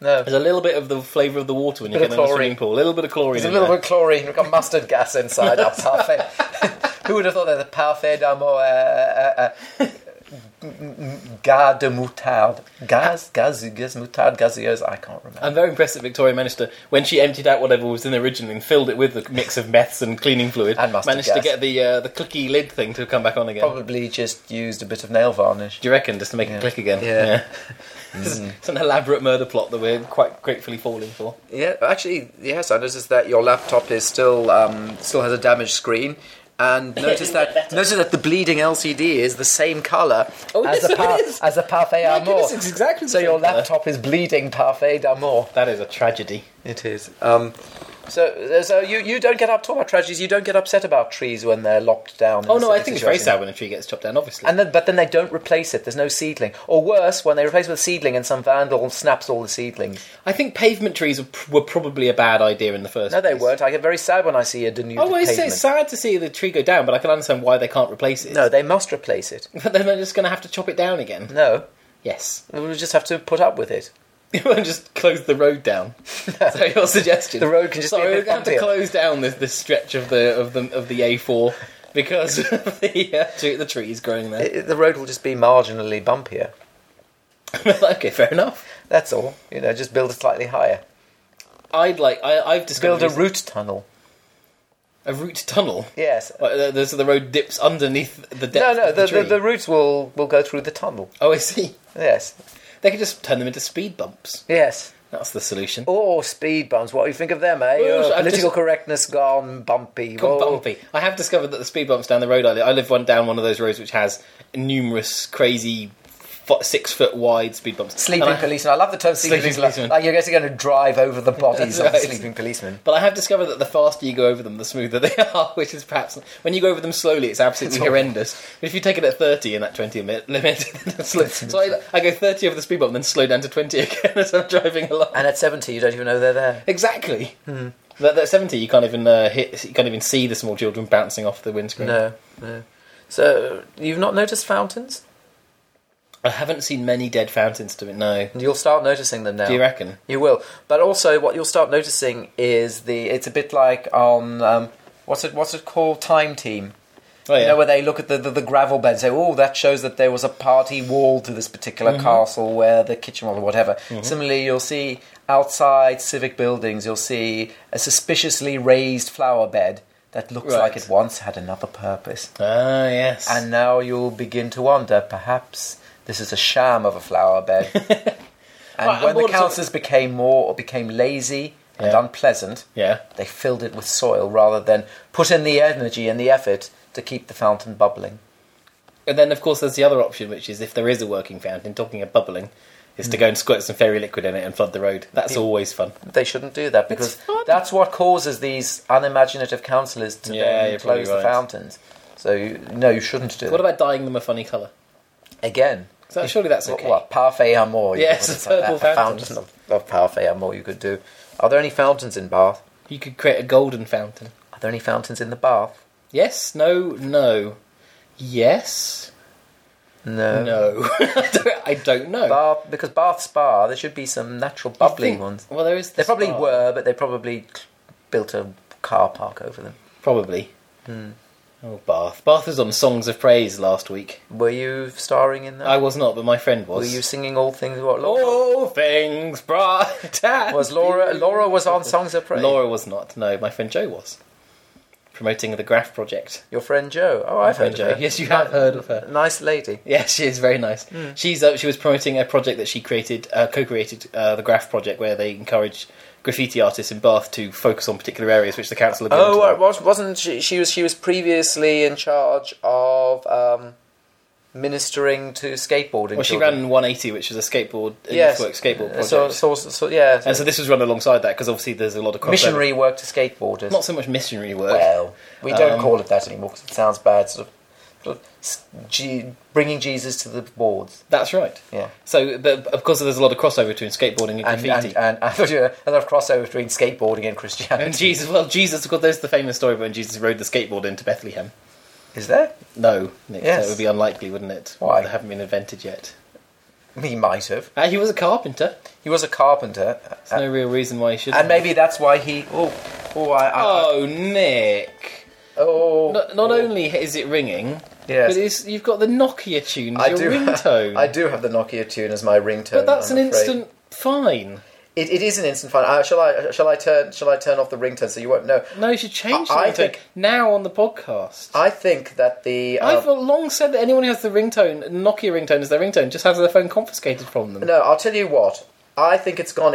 Speaker 1: no.
Speaker 2: There's a little bit of the flavour of the water when you
Speaker 1: Bit
Speaker 2: get
Speaker 1: of
Speaker 2: in a
Speaker 1: chlorine.
Speaker 2: swimming pool. A little bit of chlorine.
Speaker 1: There's a
Speaker 2: in
Speaker 1: little
Speaker 2: there.
Speaker 1: bit of chlorine. We've got mustard gas inside our parfait. Who would have thought that the parfait d'amour, uh, uh, uh, gaz de moutarde, gaz, gaz, gaz moutarde, gazeuse? I can't remember.
Speaker 2: I'm very impressed that Victoria managed to, when she emptied out whatever was in there originally and filled it with the mix of meths and cleaning fluid,
Speaker 1: And mustard
Speaker 2: managed to
Speaker 1: gas.
Speaker 2: get the uh, the clicky lid thing to come back on again.
Speaker 1: Probably just used a bit of nail varnish.
Speaker 2: Do you reckon, just to make
Speaker 1: Yeah.
Speaker 2: it click again?
Speaker 1: Yeah. Mm.
Speaker 2: This is- it's an elaborate murder plot that we're quite gratefully falling for.
Speaker 1: Yeah, actually, yes. I noticed that your laptop is still um, still has a damaged screen, and notice that notice that the bleeding LCD is the same color
Speaker 2: Oh,
Speaker 1: as
Speaker 2: yes,
Speaker 1: the par-
Speaker 2: it is.
Speaker 1: as the parfait
Speaker 2: My
Speaker 1: d'amour.
Speaker 2: goodness, it's exactly the
Speaker 1: so
Speaker 2: same
Speaker 1: your
Speaker 2: colour.
Speaker 1: laptop is bleeding parfait d'amour.
Speaker 2: That is a tragedy.
Speaker 1: It is. Um, so, so you, you don't get up talking about tragedies. You don't get upset about trees when they're lopped down. in
Speaker 2: Oh
Speaker 1: a
Speaker 2: no, I
Speaker 1: certain
Speaker 2: think it's very
Speaker 1: situation.
Speaker 2: sad when a tree gets chopped down, obviously.
Speaker 1: And then, but then they don't replace it. There's no seedling, or worse, when they replace it with seedling and some vandal snaps all the seedlings.
Speaker 2: I think pavement trees were pr- were probably a bad idea in the first
Speaker 1: No, they
Speaker 2: place. Oh,
Speaker 1: weren't. I get very sad when I see a denuded
Speaker 2: I always say
Speaker 1: pavement.
Speaker 2: it's sad to see the tree go down, but I can understand why they can't replace it.
Speaker 1: No, Mm. they must replace it.
Speaker 2: But then they're just going to have to chop it down again.
Speaker 1: No,
Speaker 2: Yes.
Speaker 1: we'll just have to put up with it.
Speaker 2: You won't just close the road down. so your suggestion?
Speaker 1: The road can just be
Speaker 2: Sorry,
Speaker 1: a bit
Speaker 2: we're going to have to
Speaker 1: bumpier.
Speaker 2: close down this, this stretch of the of the of the A4 because of the uh, tree, the trees growing there.
Speaker 1: It- The road will just be marginally bumpier.
Speaker 2: okay, fair enough.
Speaker 1: That's all. You know, just build it slightly higher.
Speaker 2: I'd like I, I've
Speaker 1: Build
Speaker 2: discovered
Speaker 1: a root tunnel.
Speaker 2: a root tunnel.
Speaker 1: Yes.
Speaker 2: Like, the, the, so the road dips underneath the depth
Speaker 1: No, no.
Speaker 2: of the,
Speaker 1: The, the,
Speaker 2: tree.
Speaker 1: the roots will will go through the tunnel.
Speaker 2: Oh, I see.
Speaker 1: Yes.
Speaker 2: They could just turn them into speed bumps.
Speaker 1: Yes.
Speaker 2: That's the solution.
Speaker 1: Or Oh, speed bumps. What do you think of them, eh?
Speaker 2: Well,
Speaker 1: Oh,
Speaker 2: I've
Speaker 1: political
Speaker 2: just-
Speaker 1: correctness gone bumpy.
Speaker 2: Gone
Speaker 1: Whoa.
Speaker 2: bumpy. I have discovered that the speed bumps down the road I live, I live one down one of those roads which has numerous crazy fo- six foot wide speed bumps.
Speaker 1: Sleeping
Speaker 2: And I-
Speaker 1: policeman. I love the term sleeping,
Speaker 2: Sleeping policeman.
Speaker 1: policeman. Like you're actually going to drive over the bodies
Speaker 2: That's
Speaker 1: of the
Speaker 2: right.
Speaker 1: sleeping policeman.
Speaker 2: But I have discovered that the faster you go over them, the smoother they are, which is perhaps when you go over them slowly, it's absolutely horrendous. But if you take it at thirty in that twenty minute limit, then it's slow. so I, I go thirty over the speed bump, then slow down to twenty again as I'm driving along.
Speaker 1: And at seventy, you don't even know they're there.
Speaker 2: exactly.
Speaker 1: Hmm.
Speaker 2: That, that seventy, you can't even uh, hit, you can't even see the small children bouncing off the windscreen.
Speaker 1: No, no. So you've not noticed fountains?
Speaker 2: I haven't seen many dead fountains to it. No,
Speaker 1: You'll start noticing them now.
Speaker 2: do you reckon?
Speaker 1: You will, but also what you'll start noticing is the. It's a bit like on um, what's it what's it called? Time Team.
Speaker 2: Oh
Speaker 1: You know where they look at the, the, the gravel bed and say, "Oh, that shows that there was a party wall to this particular
Speaker 2: Mm-hmm.
Speaker 1: castle where the kitchen was or whatever." Similarly, you'll see outside civic buildings, you'll see a suspiciously raised flower bed that looks
Speaker 2: Right.
Speaker 1: like it once had another purpose.
Speaker 2: Ah, yes.
Speaker 1: And now you'll begin to wonder, perhaps this is a sham of a flower bed. and
Speaker 2: Right,
Speaker 1: when
Speaker 2: I'm
Speaker 1: the
Speaker 2: bored of-
Speaker 1: councillors became more or became lazy
Speaker 2: Yeah.
Speaker 1: and unpleasant,
Speaker 2: yeah.
Speaker 1: they filled it with soil rather than put in the energy and the effort to keep the fountain bubbling.
Speaker 2: And then, of course, there's the other option, which is if there is a working fountain, talking of bubbling, is to go and squirt some fairy liquid in it and flood the road. That's always fun.
Speaker 1: They shouldn't do that because
Speaker 2: fun.
Speaker 1: that's what causes these unimaginative councillors to
Speaker 2: Yeah,
Speaker 1: then
Speaker 2: you're probably
Speaker 1: close the
Speaker 2: right.
Speaker 1: fountains. So you, no, you shouldn't do
Speaker 2: What
Speaker 1: that.
Speaker 2: about dyeing them a funny colour?
Speaker 1: Again,
Speaker 2: So surely that's
Speaker 1: What-
Speaker 2: okay.
Speaker 1: What, parfait amour? you
Speaker 2: Yes,
Speaker 1: know, what it's
Speaker 2: a purple
Speaker 1: like that, a
Speaker 2: fountain.
Speaker 1: fountain of, of parfait amour you could do. Are there any fountains in Bath?
Speaker 2: You could create a golden fountain.
Speaker 1: Are there any fountains in the bath?
Speaker 2: Yes, no, no. Yes,
Speaker 1: No.
Speaker 2: no. I, don't, I don't know.
Speaker 1: Bath, because Bath Spa, there should be some natural
Speaker 2: You
Speaker 1: bubbling
Speaker 2: think-
Speaker 1: ones.
Speaker 2: Well, there is. The
Speaker 1: They probably
Speaker 2: spa.
Speaker 1: were, but they probably built a car park over them.
Speaker 2: Probably.
Speaker 1: Hmm.
Speaker 2: Oh, Bath. Bath was on Songs of Praise last week.
Speaker 1: Were you starring in that?
Speaker 2: I was not, but my friend
Speaker 1: Were
Speaker 2: was. Oh,
Speaker 1: you singing all things? What Laura
Speaker 2: All things bright. and
Speaker 1: was Laura? Laura was on Songs of Praise.
Speaker 2: Laura was not. No, my friend Joe was promoting the Graph Project.
Speaker 1: Your friend Joe. Oh, I've
Speaker 2: friend
Speaker 1: heard
Speaker 2: Joe.
Speaker 1: of Hmm. her.
Speaker 2: Yes, you have heard of her.
Speaker 1: Nice lady.
Speaker 2: Yeah, she is very nice. She's uh, she was promoting a project that she created, uh, co-created uh, the Graph Project, where they encourage graffiti artists in Bath to focus on particular areas which the council. Are
Speaker 1: Oh, uh, was, wasn't she? She was. She was previously in charge of um, ministering to skateboarding.
Speaker 2: well, she
Speaker 1: children.
Speaker 2: ran 180, which was a skateboard, a
Speaker 1: Yes.
Speaker 2: youth work skateboard
Speaker 1: Uh,
Speaker 2: project.
Speaker 1: So, so, so yeah.
Speaker 2: and so this was run alongside that because obviously there's a lot of crossover.
Speaker 1: missionary work to skateboarders.
Speaker 2: Not so much missionary work.
Speaker 1: well, we don't
Speaker 2: Um,
Speaker 1: call it that anymore because it sounds bad. Sort of, sort of s- G, bringing Jesus to the boards.
Speaker 2: That's right.
Speaker 1: Yeah.
Speaker 2: So the, of course there's a lot of crossover between skateboarding and
Speaker 1: And,
Speaker 2: graffiti.
Speaker 1: and, and I thought you were a lot of crossover between skateboarding and Christianity.
Speaker 2: And Jesus, well, Jesus, of course, there's the famous story when Jesus rode the skateboard into Bethlehem.
Speaker 1: Is there?
Speaker 2: No, Nick,
Speaker 1: Yes.
Speaker 2: that would be unlikely, wouldn't it?
Speaker 1: Why?
Speaker 2: They haven't been invented yet.
Speaker 1: He might have.
Speaker 2: Uh, he was a carpenter.
Speaker 1: He was a carpenter, Uh,
Speaker 2: There's no real reason why he should.
Speaker 1: and maybe that's why he. Oh, oh, I. I
Speaker 2: Oh, Nick!
Speaker 1: oh,
Speaker 2: Not, not
Speaker 1: oh.
Speaker 2: only is it ringing,
Speaker 1: Yes.
Speaker 2: but it's, you've got the Nokia tune as
Speaker 1: I
Speaker 2: your
Speaker 1: do.
Speaker 2: ringtone.
Speaker 1: I do have the Nokia tune as my ringtone.
Speaker 2: But that's
Speaker 1: I'm
Speaker 2: an
Speaker 1: afraid.
Speaker 2: instant fine.
Speaker 1: It, it is an instant fun. Uh, shall I? Shall I turn? Shall I turn off the ringtone so you won't know?
Speaker 2: No, you should change
Speaker 1: I-
Speaker 2: the
Speaker 1: I
Speaker 2: ringtone
Speaker 1: think-
Speaker 2: now on the podcast.
Speaker 1: I think that the. um,
Speaker 2: I've long said that anyone who has the ringtone, Nokia ringtone, as their ringtone, just has their phone confiscated from them.
Speaker 1: No, I'll tell you what. I think it's gone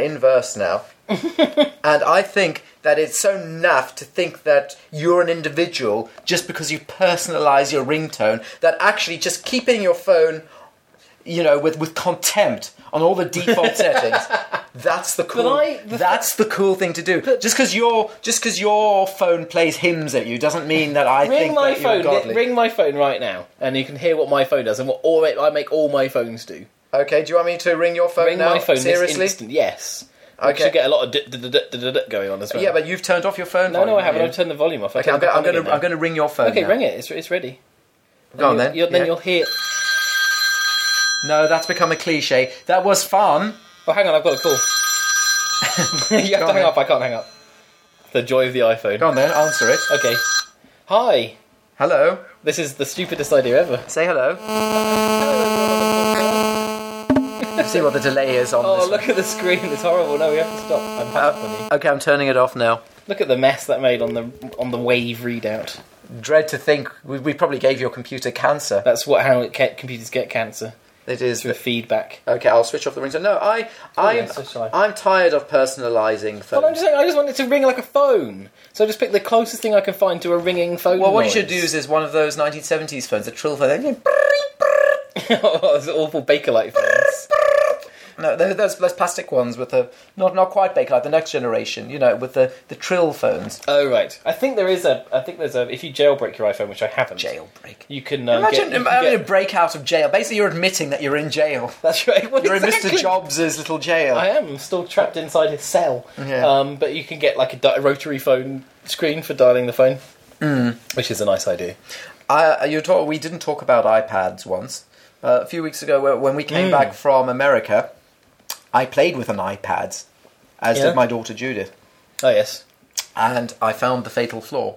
Speaker 1: inverse now. and I think that it's so naff to think that you're an individual just because you personalize your ringtone, that actually just keeping your phone, you know, with, with contempt on all the default settings. That's the cool.
Speaker 2: I- the
Speaker 1: that's the cool thing to do. Just because your just because your phone plays hymns at you doesn't mean that I
Speaker 2: Ring
Speaker 1: think
Speaker 2: my
Speaker 1: that
Speaker 2: phone.
Speaker 1: You're godly.
Speaker 2: Ring my phone right now, and you can hear what my phone does and what all I make all my phones do.
Speaker 1: Okay, do you want me to ring your phone
Speaker 2: Ring
Speaker 1: now?
Speaker 2: my phone
Speaker 1: Seriously?
Speaker 2: this instant. Yes.
Speaker 1: Okay.
Speaker 2: Okay. You get a lot of d- d- d- d- d- d- d- going on as well.
Speaker 1: yeah, but you've turned off your phone.
Speaker 2: no, no, I
Speaker 1: volume,
Speaker 2: haven't.
Speaker 1: you?
Speaker 2: I've turned the volume off. I
Speaker 1: Okay,
Speaker 2: turned
Speaker 1: I'm, go-
Speaker 2: the
Speaker 1: I'm gonna
Speaker 2: volume down.
Speaker 1: I'm gonna ring your phone.
Speaker 2: Okay,
Speaker 1: now.
Speaker 2: ring it. It's it's ready.
Speaker 1: Go on
Speaker 2: You'll-
Speaker 1: then.
Speaker 2: You'll, then
Speaker 1: Yeah.
Speaker 2: you'll hear.
Speaker 1: No, that's become a cliche. That was fun.
Speaker 2: Oh, hang on, I've got a call. you have
Speaker 1: Go
Speaker 2: to
Speaker 1: on
Speaker 2: hang
Speaker 1: then.
Speaker 2: up. I can't hang up. The joy of the iPhone.
Speaker 1: Go on then, answer it.
Speaker 2: Okay. Hi.
Speaker 1: Hello.
Speaker 2: This is the stupidest idea ever.
Speaker 1: Say hello. You see what the delay is on
Speaker 2: Oh,
Speaker 1: this.
Speaker 2: look at the screen. It's horrible. No, we have to stop. I'm funny.
Speaker 1: one. Okay, I'm turning it off now.
Speaker 2: Look at the mess that made on the on the wave readout.
Speaker 1: Dread to think we, we probably gave your computer cancer.
Speaker 2: That's what how it ca- computers get cancer
Speaker 1: It is.
Speaker 2: through feedback.
Speaker 1: Okay, I'll switch off the ringtone. No, I, I'm,
Speaker 2: yes, so shall I.
Speaker 1: I'm tired of personalising
Speaker 2: Well, I'm
Speaker 1: phones.
Speaker 2: just saying, I just want it to ring like a phone. So I just pick the closest thing I can find to a ringing phone.
Speaker 1: Well, what you
Speaker 2: noise.
Speaker 1: should do is, is one of those 1970s phones, a trill phone.
Speaker 2: oh, those awful Bakelite phones.
Speaker 1: No, those, those, those plastic ones with the not not quite Bakelite, the next generation. You know, with the the trill phones.
Speaker 2: oh right, I think there is a. I think there's a. If you jailbreak your iPhone, which I haven't,
Speaker 1: Jailbreak.
Speaker 2: you can uh,
Speaker 1: Imagine,
Speaker 2: Get, you can
Speaker 1: imagine
Speaker 2: get-
Speaker 1: a breakout of jail. Basically, you're admitting that you're in jail.
Speaker 2: that's right. Well,
Speaker 1: You're in
Speaker 2: exactly.
Speaker 1: Mr. Jobs' little jail.
Speaker 2: I am still trapped inside his cell.
Speaker 1: Yeah.
Speaker 2: Um, but you can get like a, di- a rotary phone screen for dialing the phone, which is a nice idea.
Speaker 1: I, uh, you talk, we didn't talk about iPads once. Uh, a few weeks ago, wh- when we
Speaker 2: Hmm.
Speaker 1: came back from America, I played with an iPad, as
Speaker 2: Yeah.
Speaker 1: did my daughter Judith,
Speaker 2: Oh yes.
Speaker 1: and I found the fatal flaw.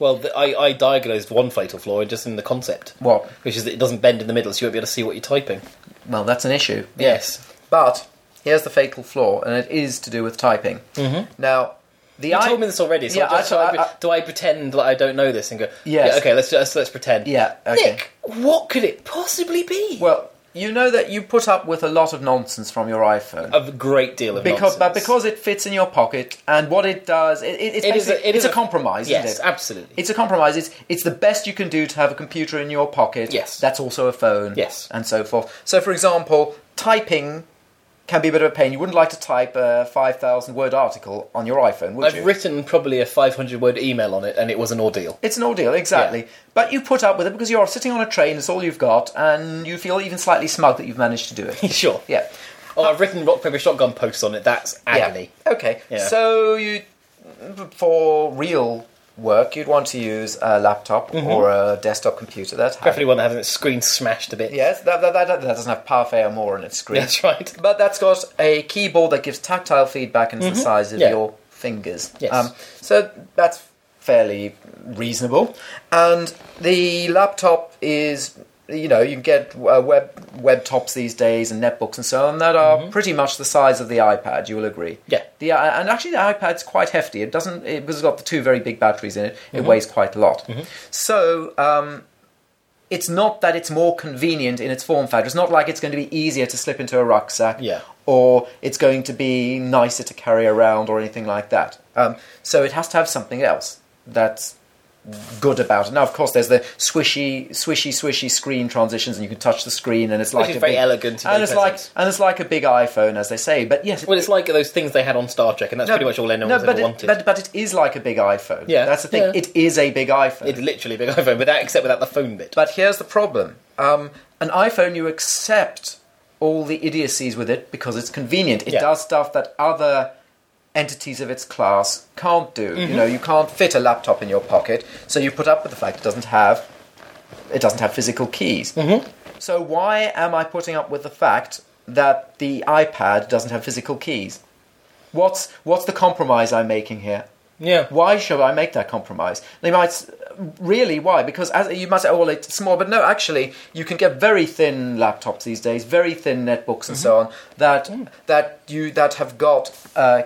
Speaker 2: Well, the, I, I diagnosed one fatal flaw in just in the concept.
Speaker 1: What?
Speaker 2: Which is that it doesn't bend in the middle, so you won't be able to see what you're typing.
Speaker 1: Well, that's an issue.
Speaker 2: Yes.
Speaker 1: But here's the fatal flaw, and it is to do with typing. Mm-hmm. Now, the
Speaker 2: You
Speaker 1: I-
Speaker 2: told me this already, so
Speaker 1: Yeah,
Speaker 2: I just-
Speaker 1: I-
Speaker 2: so I pre-
Speaker 1: I- I-
Speaker 2: do I pretend that I don't know this and go,
Speaker 1: Yes.
Speaker 2: yeah, okay, let's, let's, let's pretend.
Speaker 1: Yeah, okay.
Speaker 2: Nick, what could it possibly be?
Speaker 1: Well, you know that you put up with a lot of nonsense from your iPhone.
Speaker 2: a great deal of
Speaker 1: because but
Speaker 2: nonsense.
Speaker 1: because it fits in your pocket and what it does it, it, it's,
Speaker 2: It is a-
Speaker 1: basically-
Speaker 2: it
Speaker 1: it's
Speaker 2: is
Speaker 1: a,
Speaker 2: a-
Speaker 1: compromise
Speaker 2: Yes,
Speaker 1: isn't it
Speaker 2: absolutely.
Speaker 1: it's a compromise it's it's the best you can do to have a computer in your pocket
Speaker 2: Yes.
Speaker 1: that's also a phone
Speaker 2: Yes.
Speaker 1: and so forth so for example typing can be a bit of a pain you wouldn't like to type a 5000 word article on your iphone would
Speaker 2: I've
Speaker 1: you
Speaker 2: written probably a 500 word email on it, and it was an ordeal.
Speaker 1: it's an ordeal, exactly.
Speaker 2: Yeah.
Speaker 1: But you put up with it because you're sitting on a train, it's all you've got, and you feel even slightly smug that you've managed to do it.
Speaker 2: sure.
Speaker 1: Yeah.
Speaker 2: Oh, I've written rock paper shotgun posts on it. That's agony.
Speaker 1: Yeah. Okay.
Speaker 2: Yeah.
Speaker 1: So you, for real work, you'd want to use a laptop or a desktop computer that has.
Speaker 2: Mm-hmm. Preferably one that has its screen smashed a bit.
Speaker 1: Yes, that, that, that, that doesn't have Parfait or more on its screen.
Speaker 2: that's right. Mm-hmm.
Speaker 1: But that's got a keyboard that gives tactile feedback and it's the size of
Speaker 2: Yeah.
Speaker 1: your fingers. Um,
Speaker 2: Yes.
Speaker 1: so that's fairly reasonable. And the laptop is, you know, you can get uh, web web tops these days and netbooks and so on that are pretty much the size of the iPad. You will agree.
Speaker 2: Mm-hmm. Yeah.
Speaker 1: The i- and actually the iPad's quite hefty. It doesn't. It has got the two very big batteries in it. It
Speaker 2: Mm-hmm.
Speaker 1: weighs quite a lot. So. Um, it's not that it's more convenient in its form factor. It's not like it's going to be easier to slip into a rucksack
Speaker 2: Yeah.
Speaker 1: or it's going to be nicer to carry around or anything like that. Um, so it has to have something else that's good about it. Now, of course, there's the swishy, swishy, swishy screen transitions, and you can touch the screen, and it's like
Speaker 2: is
Speaker 1: a
Speaker 2: very
Speaker 1: big,
Speaker 2: elegant in
Speaker 1: and it's
Speaker 2: their
Speaker 1: like
Speaker 2: presence.
Speaker 1: and it's like a big iPhone, as they say. But yes, it-
Speaker 2: Well, it's like those things they had on Star Trek, and that's
Speaker 1: no,
Speaker 2: pretty much all anyone's
Speaker 1: no,
Speaker 2: ever
Speaker 1: but it,
Speaker 2: wanted.
Speaker 1: But, but it is like a big iPhone.
Speaker 2: Yeah.
Speaker 1: that's the thing.
Speaker 2: Yeah.
Speaker 1: It is a big iPhone.
Speaker 2: It's literally a big iPhone, without except without the phone bit.
Speaker 1: But here's the problem: um, an iPhone, you accept all the idiocies with it because it's convenient. It
Speaker 2: Yeah.
Speaker 1: does stuff that other entities of its class can't do. You know, you can't fit a laptop in your pocket, so you put up with the fact it doesn't have it doesn't have physical keys. So why am I putting up with the fact that the iPad doesn't have physical keys? What's what's the compromise I'm making here?
Speaker 4: Yeah.
Speaker 1: Why should I make that compromise? They might s- really why because as you might say, oh, well, it's small, but no, actually, you can get very thin laptops these days, very thin netbooks and
Speaker 2: Mm-hmm.
Speaker 1: so on that that you that have got uh,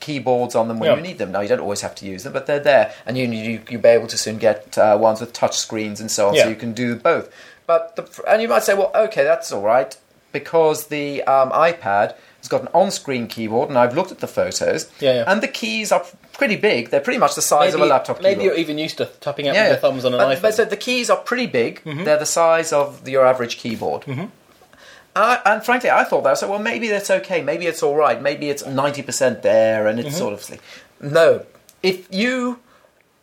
Speaker 1: keyboards on them when
Speaker 2: Yeah.
Speaker 1: you need them. Now you don't always have to use them, but they're there, and you you you'll be able to soon get uh, ones with touch screens and so on,
Speaker 2: Yeah.
Speaker 1: so you can do both. But the, and you might say, well, okay, that's all right because the um, iPad. has got an on-screen keyboard, and I've looked at the photos.
Speaker 2: Yeah, yeah.
Speaker 1: And the keys are pretty big. They're pretty much the size of a laptop keyboard.
Speaker 2: maybe you're even used to tapping out with your thumbs on an
Speaker 1: but,
Speaker 2: iPhone. Mm-hmm.
Speaker 1: but so the keys are pretty big. They're the size of your average keyboard. I- and frankly, I thought that. I said, well, maybe that's okay. Maybe it's all right. Maybe it's 90% there and it's
Speaker 2: Mm-hmm.
Speaker 1: sort of. sli- No. If you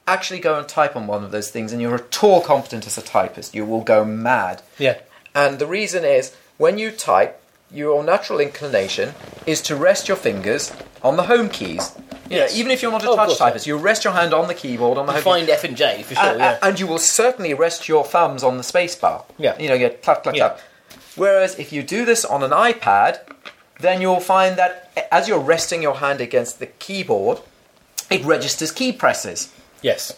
Speaker 1: actually go and type on one of those things and you're at all competent as a typist, you will go mad.
Speaker 2: Yeah.
Speaker 1: And the reason is when you type, your natural inclination is to rest your fingers on the home keys. You know,
Speaker 2: Yes.
Speaker 1: even if you're not a
Speaker 2: Oh, of
Speaker 1: touch
Speaker 2: course, yeah.
Speaker 1: typist, you rest your hand on the keyboard on the home key
Speaker 2: Find F and J for sure.
Speaker 1: and,
Speaker 2: yeah.
Speaker 1: and you will certainly rest your thumbs on the space bar.
Speaker 2: Yeah.
Speaker 1: You know, you clap, clap,
Speaker 2: Yeah.
Speaker 1: clap. Whereas if you do this on an iPad, then you'll find that as you're resting your hand against the keyboard, it registers key presses.
Speaker 2: yes.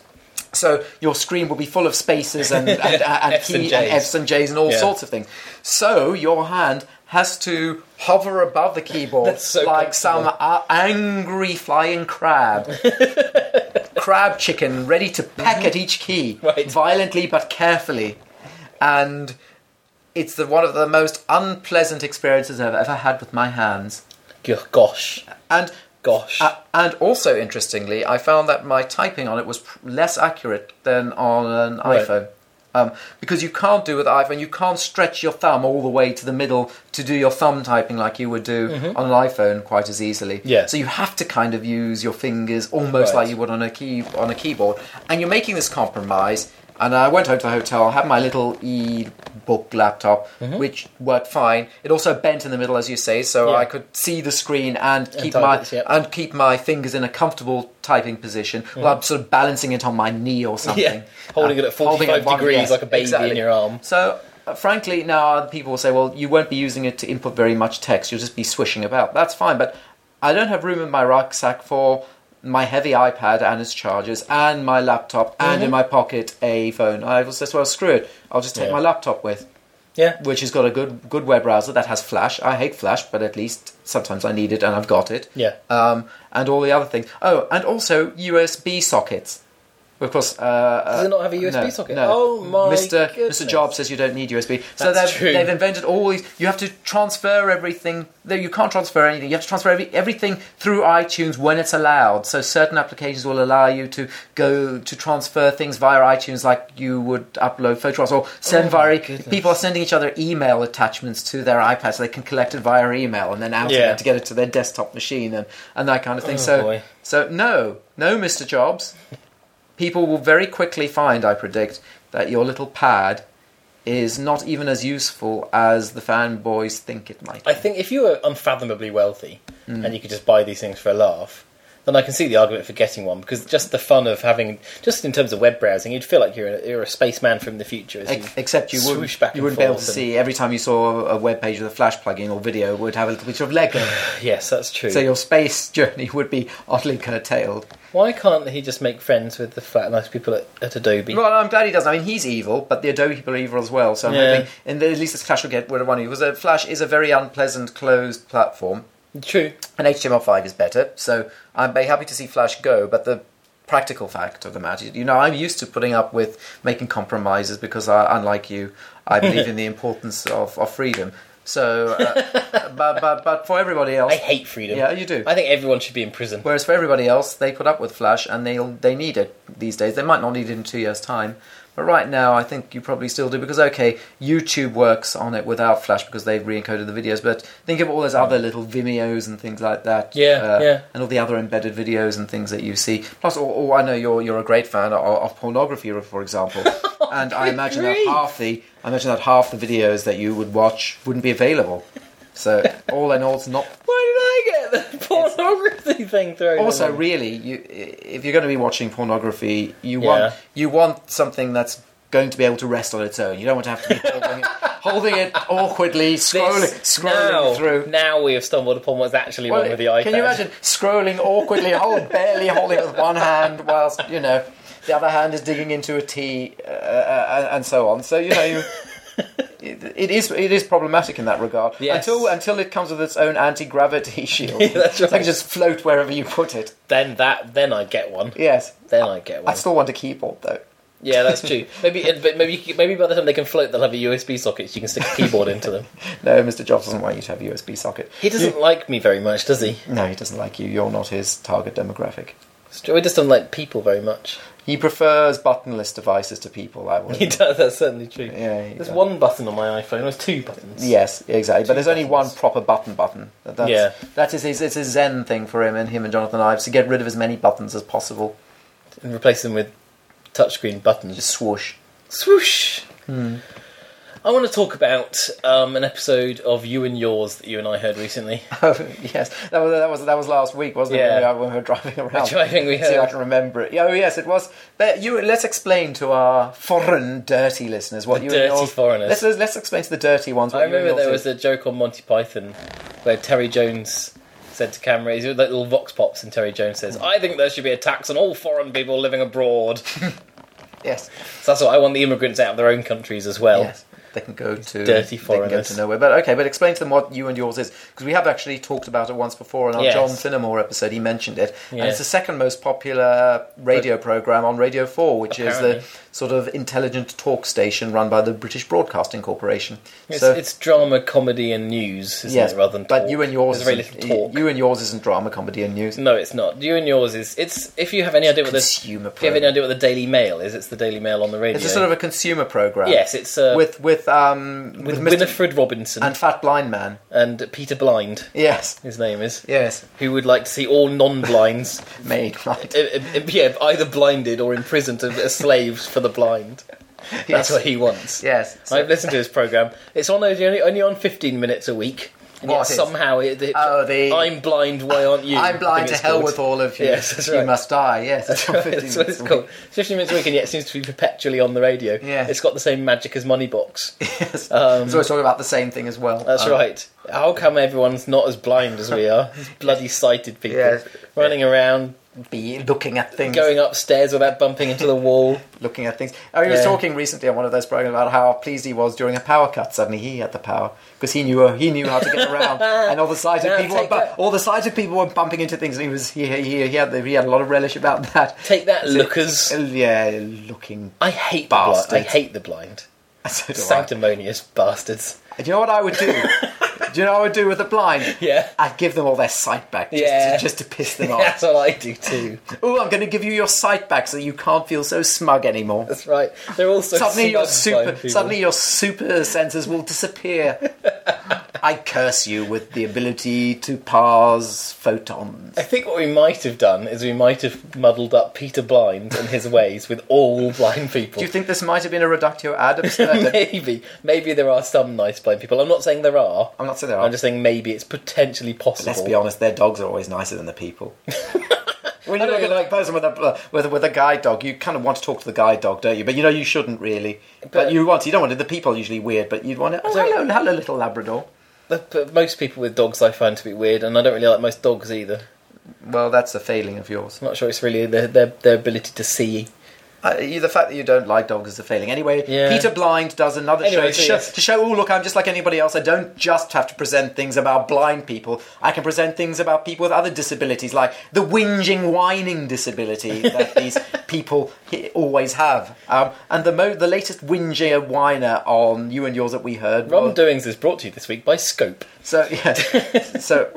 Speaker 1: So your screen will be full of spaces and, and, and, and,
Speaker 2: Fs
Speaker 1: key,
Speaker 2: and
Speaker 1: and,
Speaker 2: Js.
Speaker 1: Fs and Js and all
Speaker 2: Yeah.
Speaker 1: sorts of things. So your hand has to hover above the keyboard
Speaker 2: That's so
Speaker 1: like some uh, angry flying crab. crab chicken ready to peck at each key
Speaker 2: Mm-hmm. Right.
Speaker 1: violently but carefully. And it's the, one of the most unpleasant experiences I've ever had with my hands.
Speaker 2: G- Gosh.
Speaker 1: And
Speaker 2: Gosh.
Speaker 1: uh, and also, interestingly, I found that my typing on it was pr- less accurate than on an
Speaker 2: Right.
Speaker 1: iPhone. Um, because you can't do with iPhone, you can't stretch your thumb all the way to the middle to do your thumb typing like you would do on an iPhone quite as easily.
Speaker 2: Mm-hmm. Yeah.
Speaker 1: So you have to kind of use your fingers almost
Speaker 2: Right.
Speaker 1: like you would on a key on a keyboard, and you're making this compromise. And I went home to the hotel. I had my little e-book laptop, which worked fine. It also bent in the middle, as you say, so
Speaker 2: Mm-hmm. Yeah.
Speaker 1: I could see the screen and keep
Speaker 2: type
Speaker 1: my
Speaker 2: it, yep.
Speaker 1: and keep my fingers in a comfortable typing position while I'm sort of balancing it on my knee or something. Uh,
Speaker 2: Yeah. Holding it at
Speaker 1: holding
Speaker 2: 45
Speaker 1: one-
Speaker 2: degrees like a baby in your arm.
Speaker 1: So, uh, frankly, now people will say, well, you won't be using it to input very much text. You'll just be swishing about. That's fine, but I don't have room in my rucksack for my heavy iPad and its chargers and my laptop and
Speaker 2: Mm-hmm.
Speaker 1: in my pocket a phone. I was just, well, screw it. I'll just take
Speaker 2: Yeah.
Speaker 1: my laptop with
Speaker 2: yeah.
Speaker 1: which has got a good good web browser that has Flash. I hate Flash, but at least sometimes I need it and I've got it.
Speaker 2: Yeah.
Speaker 1: Um, and all the other things. Oh, and also USB sockets. Of course. Uh, uh,
Speaker 2: Does it not have a USB
Speaker 1: no,
Speaker 2: socket?
Speaker 1: No.
Speaker 2: Oh my
Speaker 1: Mr.
Speaker 2: goodness.
Speaker 1: Mr. Jobs says you don't need USB. So
Speaker 2: That's
Speaker 1: they've,
Speaker 2: true.
Speaker 1: they've invented all these. You have to transfer everything. No, you can't transfer anything. You have to transfer every, everything through iTunes when it's allowed. So certain applications will allow you to go to transfer things via iTunes, like you would upload photographs or
Speaker 2: Oh
Speaker 1: send via. People are sending each other email attachments to their iPads. So they can collect it via email and then out
Speaker 2: Yeah.
Speaker 1: it to get it to their desktop machine and, and that kind of thing.
Speaker 2: Oh,
Speaker 1: so
Speaker 2: boy.
Speaker 1: so no, no, Mr. Jobs people will very quickly find, I predict, that your little pad is not even as useful as the fanboys think it might.
Speaker 2: I think if you were unfathomably wealthy
Speaker 1: Hmm.
Speaker 2: and you could just buy these things for a laugh, then I can see the argument for getting one because just the fun of having, just in terms of web browsing, you'd feel like you're a, you're a spaceman from the future. As you
Speaker 1: Ex- Except you
Speaker 2: swoosh
Speaker 1: wouldn't,
Speaker 2: back
Speaker 1: you
Speaker 2: and
Speaker 1: wouldn't be able to
Speaker 2: forth and-
Speaker 1: see every time you saw a web page with a flash plugin or video it would have a little picture of Lego.
Speaker 2: Yes, that's true.
Speaker 1: so your space journey would be oddly curtailed.
Speaker 2: Why can't he just make friends with the flat nice people at, at Adobe?
Speaker 1: Well, I'm glad he does. I mean, he's evil, but the Adobe people are evil as well. So I'm
Speaker 2: Yeah.
Speaker 1: hoping, and at least this Clash will get rid of one of you because uh, Flash is a very unpleasant closed platform,
Speaker 2: True.
Speaker 1: and HTML5 is better. So I'm very happy to see Flash go, but the practical fact of the matter, you know, I'm used to putting up with making compromises because, I, unlike you, I believe in the importance of, of freedom. So, uh, but, but but for everybody else,
Speaker 2: I hate freedom.
Speaker 1: Yeah, you do.
Speaker 2: I think everyone should be in prison.
Speaker 1: Whereas for everybody else, they put up with Flash and they will they need it these days. They might not need it in two years' time, but right now I think you probably still do because okay, YouTube works on it without Flash because they've re-encoded the videos. But think of all those other little Vimeos and things like that. uh,
Speaker 2: Yeah, yeah.
Speaker 1: And all the other embedded videos and things that you see. Plus, or, or I know you're you're a great fan of, of pornography, for example.
Speaker 2: Oh,
Speaker 1: and I imagine that
Speaker 2: grief.
Speaker 1: half the I imagine that half the videos that you would watch wouldn't be available. So all in all, it's not
Speaker 2: Why did I get the pornography thing thrown?
Speaker 1: also
Speaker 2: on me?
Speaker 1: really you if you're going to be watching pornography you
Speaker 2: Yeah.
Speaker 1: want you want something that's going to be able to rest on its own you don't want to have to be holding it, holding it awkwardly scrolling
Speaker 2: This-
Speaker 1: scrolling
Speaker 2: now,
Speaker 1: through
Speaker 2: Now we have stumbled upon what's actually wrong with the iPad.
Speaker 1: can you imagine scrolling awkwardly hold, barely holding it with one hand whilst you know the other hand is digging into a tea uh, uh, and so on so you know you It it is it is problematic in that regard
Speaker 2: Yes.
Speaker 1: until until it comes with its own anti gravity shield.
Speaker 2: that's
Speaker 1: So it
Speaker 2: right.
Speaker 1: can just float wherever you put it.
Speaker 2: Then that, then I get one.
Speaker 1: Yes,
Speaker 2: Then I get
Speaker 1: I
Speaker 2: one.
Speaker 1: still want a keyboard though.
Speaker 2: Yeah, that's true. Maybe, but maybe, you can- maybe by the time they can float, they'll have a USB socket. So you can stick a keyboard into them.
Speaker 1: No, Mr. Jobs doesn't want you to have a USB socket.
Speaker 2: He doesn't like me very much, does he?
Speaker 1: No, he doesn't like you. You're not his target demographic.
Speaker 2: He just doesn't like people very much.
Speaker 1: He prefers buttonless devices to people. I would.
Speaker 2: He does. That's certainly true.
Speaker 1: Yeah, he
Speaker 2: There's
Speaker 1: does.
Speaker 2: one button on my iPhone. There's two buttons.
Speaker 1: Yes, exactly. But there's only one
Speaker 2: buttons.
Speaker 1: proper button button. That- That's,
Speaker 2: Yeah.
Speaker 1: That is his, it's a Zen thing for him and him and Jonathan Ives to get rid of as many buttons as possible.
Speaker 2: and replace them with touchscreen buttons.
Speaker 1: Just swoosh.
Speaker 2: swoosh.
Speaker 1: Hmm.
Speaker 2: I want to talk about um, an episode of You and Yours that you and I heard recently.
Speaker 1: Oh yes, that was that was that was last week, wasn't it?
Speaker 2: Yeah.
Speaker 1: When we, when we were driving around.
Speaker 2: driving, we
Speaker 1: See, I
Speaker 2: heard.
Speaker 1: can remember it. Yeah, Oh yes, it was. But you let's explain to our foreign dirty listeners what
Speaker 2: The
Speaker 1: you
Speaker 2: dirty
Speaker 1: and yours,
Speaker 2: foreigners.
Speaker 1: Let's, let's let's explain to the dirty ones. What
Speaker 2: I
Speaker 1: you and
Speaker 2: remember there
Speaker 1: yours
Speaker 2: was a joke on Monty Python where Terry Jones said to camera, he's with like little vox pops, and Terry Jones says, I think there should be a tax on all foreign people living abroad. so
Speaker 1: is. yes.
Speaker 2: that's what I want the immigrants out of their own countries as well.
Speaker 1: Yes, Oh, they can go
Speaker 2: dirty
Speaker 1: to They can go
Speaker 2: foreigners.
Speaker 1: to nowhere. But okay, but explain to them what you and yours is because we have actually talked about it once before in our
Speaker 2: Yes.
Speaker 1: John Finnemore episode. He mentioned it, and
Speaker 2: Yes.
Speaker 1: it's the second most popular radio program on Radio Four, which
Speaker 2: Apparently.
Speaker 1: is the sort of intelligent talk station run by the British Broadcasting Corporation.
Speaker 2: It's, it's drama, comedy, and news, isn't
Speaker 1: yes,
Speaker 2: it? Rather than
Speaker 1: but
Speaker 2: talk.
Speaker 1: you and yours
Speaker 2: There's very
Speaker 1: isn't-
Speaker 2: little talk. Mm,
Speaker 1: You and yours isn't drama, comedy, and news.
Speaker 2: No, it's not. You and yours is it's. If you have any idea what the
Speaker 1: consumer
Speaker 2: if you have any
Speaker 1: program.
Speaker 2: idea what the Daily Mail is, it's the Daily Mail on the radio.
Speaker 1: It's a sort of a consumer program.
Speaker 2: yes, it's uh, with
Speaker 1: with with um with, Mr.
Speaker 2: Winifred Robinson
Speaker 1: and
Speaker 2: and,
Speaker 1: Fat Blind Man.
Speaker 2: Peter Blind.
Speaker 1: Yes,
Speaker 2: His name is
Speaker 1: yes,
Speaker 2: who would like to see all non-blinds,
Speaker 1: made right.
Speaker 2: uh, uh, yeah, either blinded or imprisoned as as slaves for the blind. That's
Speaker 1: Yes.
Speaker 2: what he wants.
Speaker 1: Yes,
Speaker 2: I've listened to his program. It's on only, only on fifteen minutes a week. And
Speaker 1: What
Speaker 2: yet
Speaker 1: Oh, is-
Speaker 2: somehow it, it-
Speaker 1: Oh, the-
Speaker 2: I'm blind. Why aren't you? I
Speaker 1: I'm blind
Speaker 2: think
Speaker 1: to
Speaker 2: it's
Speaker 1: hell
Speaker 2: called.
Speaker 1: with all of you.
Speaker 2: Yes, that's
Speaker 1: You
Speaker 2: right.
Speaker 1: must die. Yes, it's on 15
Speaker 2: That's what it's
Speaker 1: minutes a
Speaker 2: called.
Speaker 1: week.
Speaker 2: It's 15 minutes a week, and yet it seems to be perpetually on the radio.
Speaker 1: Yeah.
Speaker 2: It's got the same magic as Moneybox.
Speaker 1: Yes. so we're talking about the same thing as well.
Speaker 2: Um, That's
Speaker 1: Um,
Speaker 2: right. How come everyone's not as blind as we are? These bloody sighted people.
Speaker 1: Yes.
Speaker 2: Running around,
Speaker 1: Be looking at things.
Speaker 2: going upstairs without bumping into the wall.
Speaker 1: Looking at things. Oh, he was
Speaker 2: Yeah.
Speaker 1: talking recently on one of those programs about how pleased he was during a power cut. Suddenly, he had the power because he knew uh, he knew how to get around, and all the sighted
Speaker 2: Now
Speaker 1: people were
Speaker 2: take
Speaker 1: bu-
Speaker 2: that.
Speaker 1: all the sighted people were bumping into things, and he was he he, he, had, he had a lot of relish about that.
Speaker 2: Take that,
Speaker 1: So-
Speaker 2: lookers.
Speaker 1: Yeah, looking.
Speaker 2: I hate the blind. I
Speaker 1: Bastards.
Speaker 2: hate the blind.
Speaker 1: So do I.
Speaker 2: Sanctimonious bastards.
Speaker 1: Do you know what I would do? do you know what I would do with the blind?
Speaker 2: Yeah.
Speaker 1: I'd give them all their sight back just,
Speaker 2: Yeah.
Speaker 1: to, just to piss them off.
Speaker 2: That's what I do too.
Speaker 1: Oh, I'm going to give you your sight back so you can't feel so smug anymore.
Speaker 2: That's right. They're also
Speaker 1: Suddenly your
Speaker 2: smug blind
Speaker 1: super
Speaker 2: people.
Speaker 1: suddenly your super senses will disappear. I curse you with the ability to parse photons.
Speaker 2: I think what we might have done is we might have muddled up Peter Blind and his ways with all blind people.
Speaker 1: Do you think this might have been a reductio ad absurdum?
Speaker 2: maybe, maybe there are some nice blind people. I'm not saying there are.
Speaker 1: I'm not saying there are.
Speaker 2: I'm just saying maybe it's potentially possible.
Speaker 1: Let's be honest, their dogs are always nicer than the people. when you look at a person with a with, with a guide dog, you kind of want to talk to the guide dog, don't you? But you know you shouldn't really. But,
Speaker 2: But-
Speaker 1: you want to. You don't want to. The people are usually weird, but you'd want to. Oh,
Speaker 2: So-
Speaker 1: hello, hello, little Labrador.
Speaker 2: But, but most people with dogs I find to be weird, and I don't really like most dogs either.
Speaker 1: Well, that's a failing of yours.
Speaker 2: I'm not sure it's really their their, their ability to see.
Speaker 1: Uh, you, the fact that you don't like dogs is a failing. Anyway,
Speaker 2: Yeah.
Speaker 1: Peter Blind does another
Speaker 2: Anyway,
Speaker 1: show,
Speaker 2: so
Speaker 1: to, show
Speaker 2: yes.
Speaker 1: to show, oh, look, I'm just like anybody else. I don't just have to present things about blind people. I can present things about people with other disabilities, like the whinging, whining disability that these people he- always have. Um, and the, mo- the latest whinger whiner on You and Yours that we heard.
Speaker 2: Rum
Speaker 1: was-
Speaker 2: Doings is brought to you this week by Scope.
Speaker 1: so, yes. so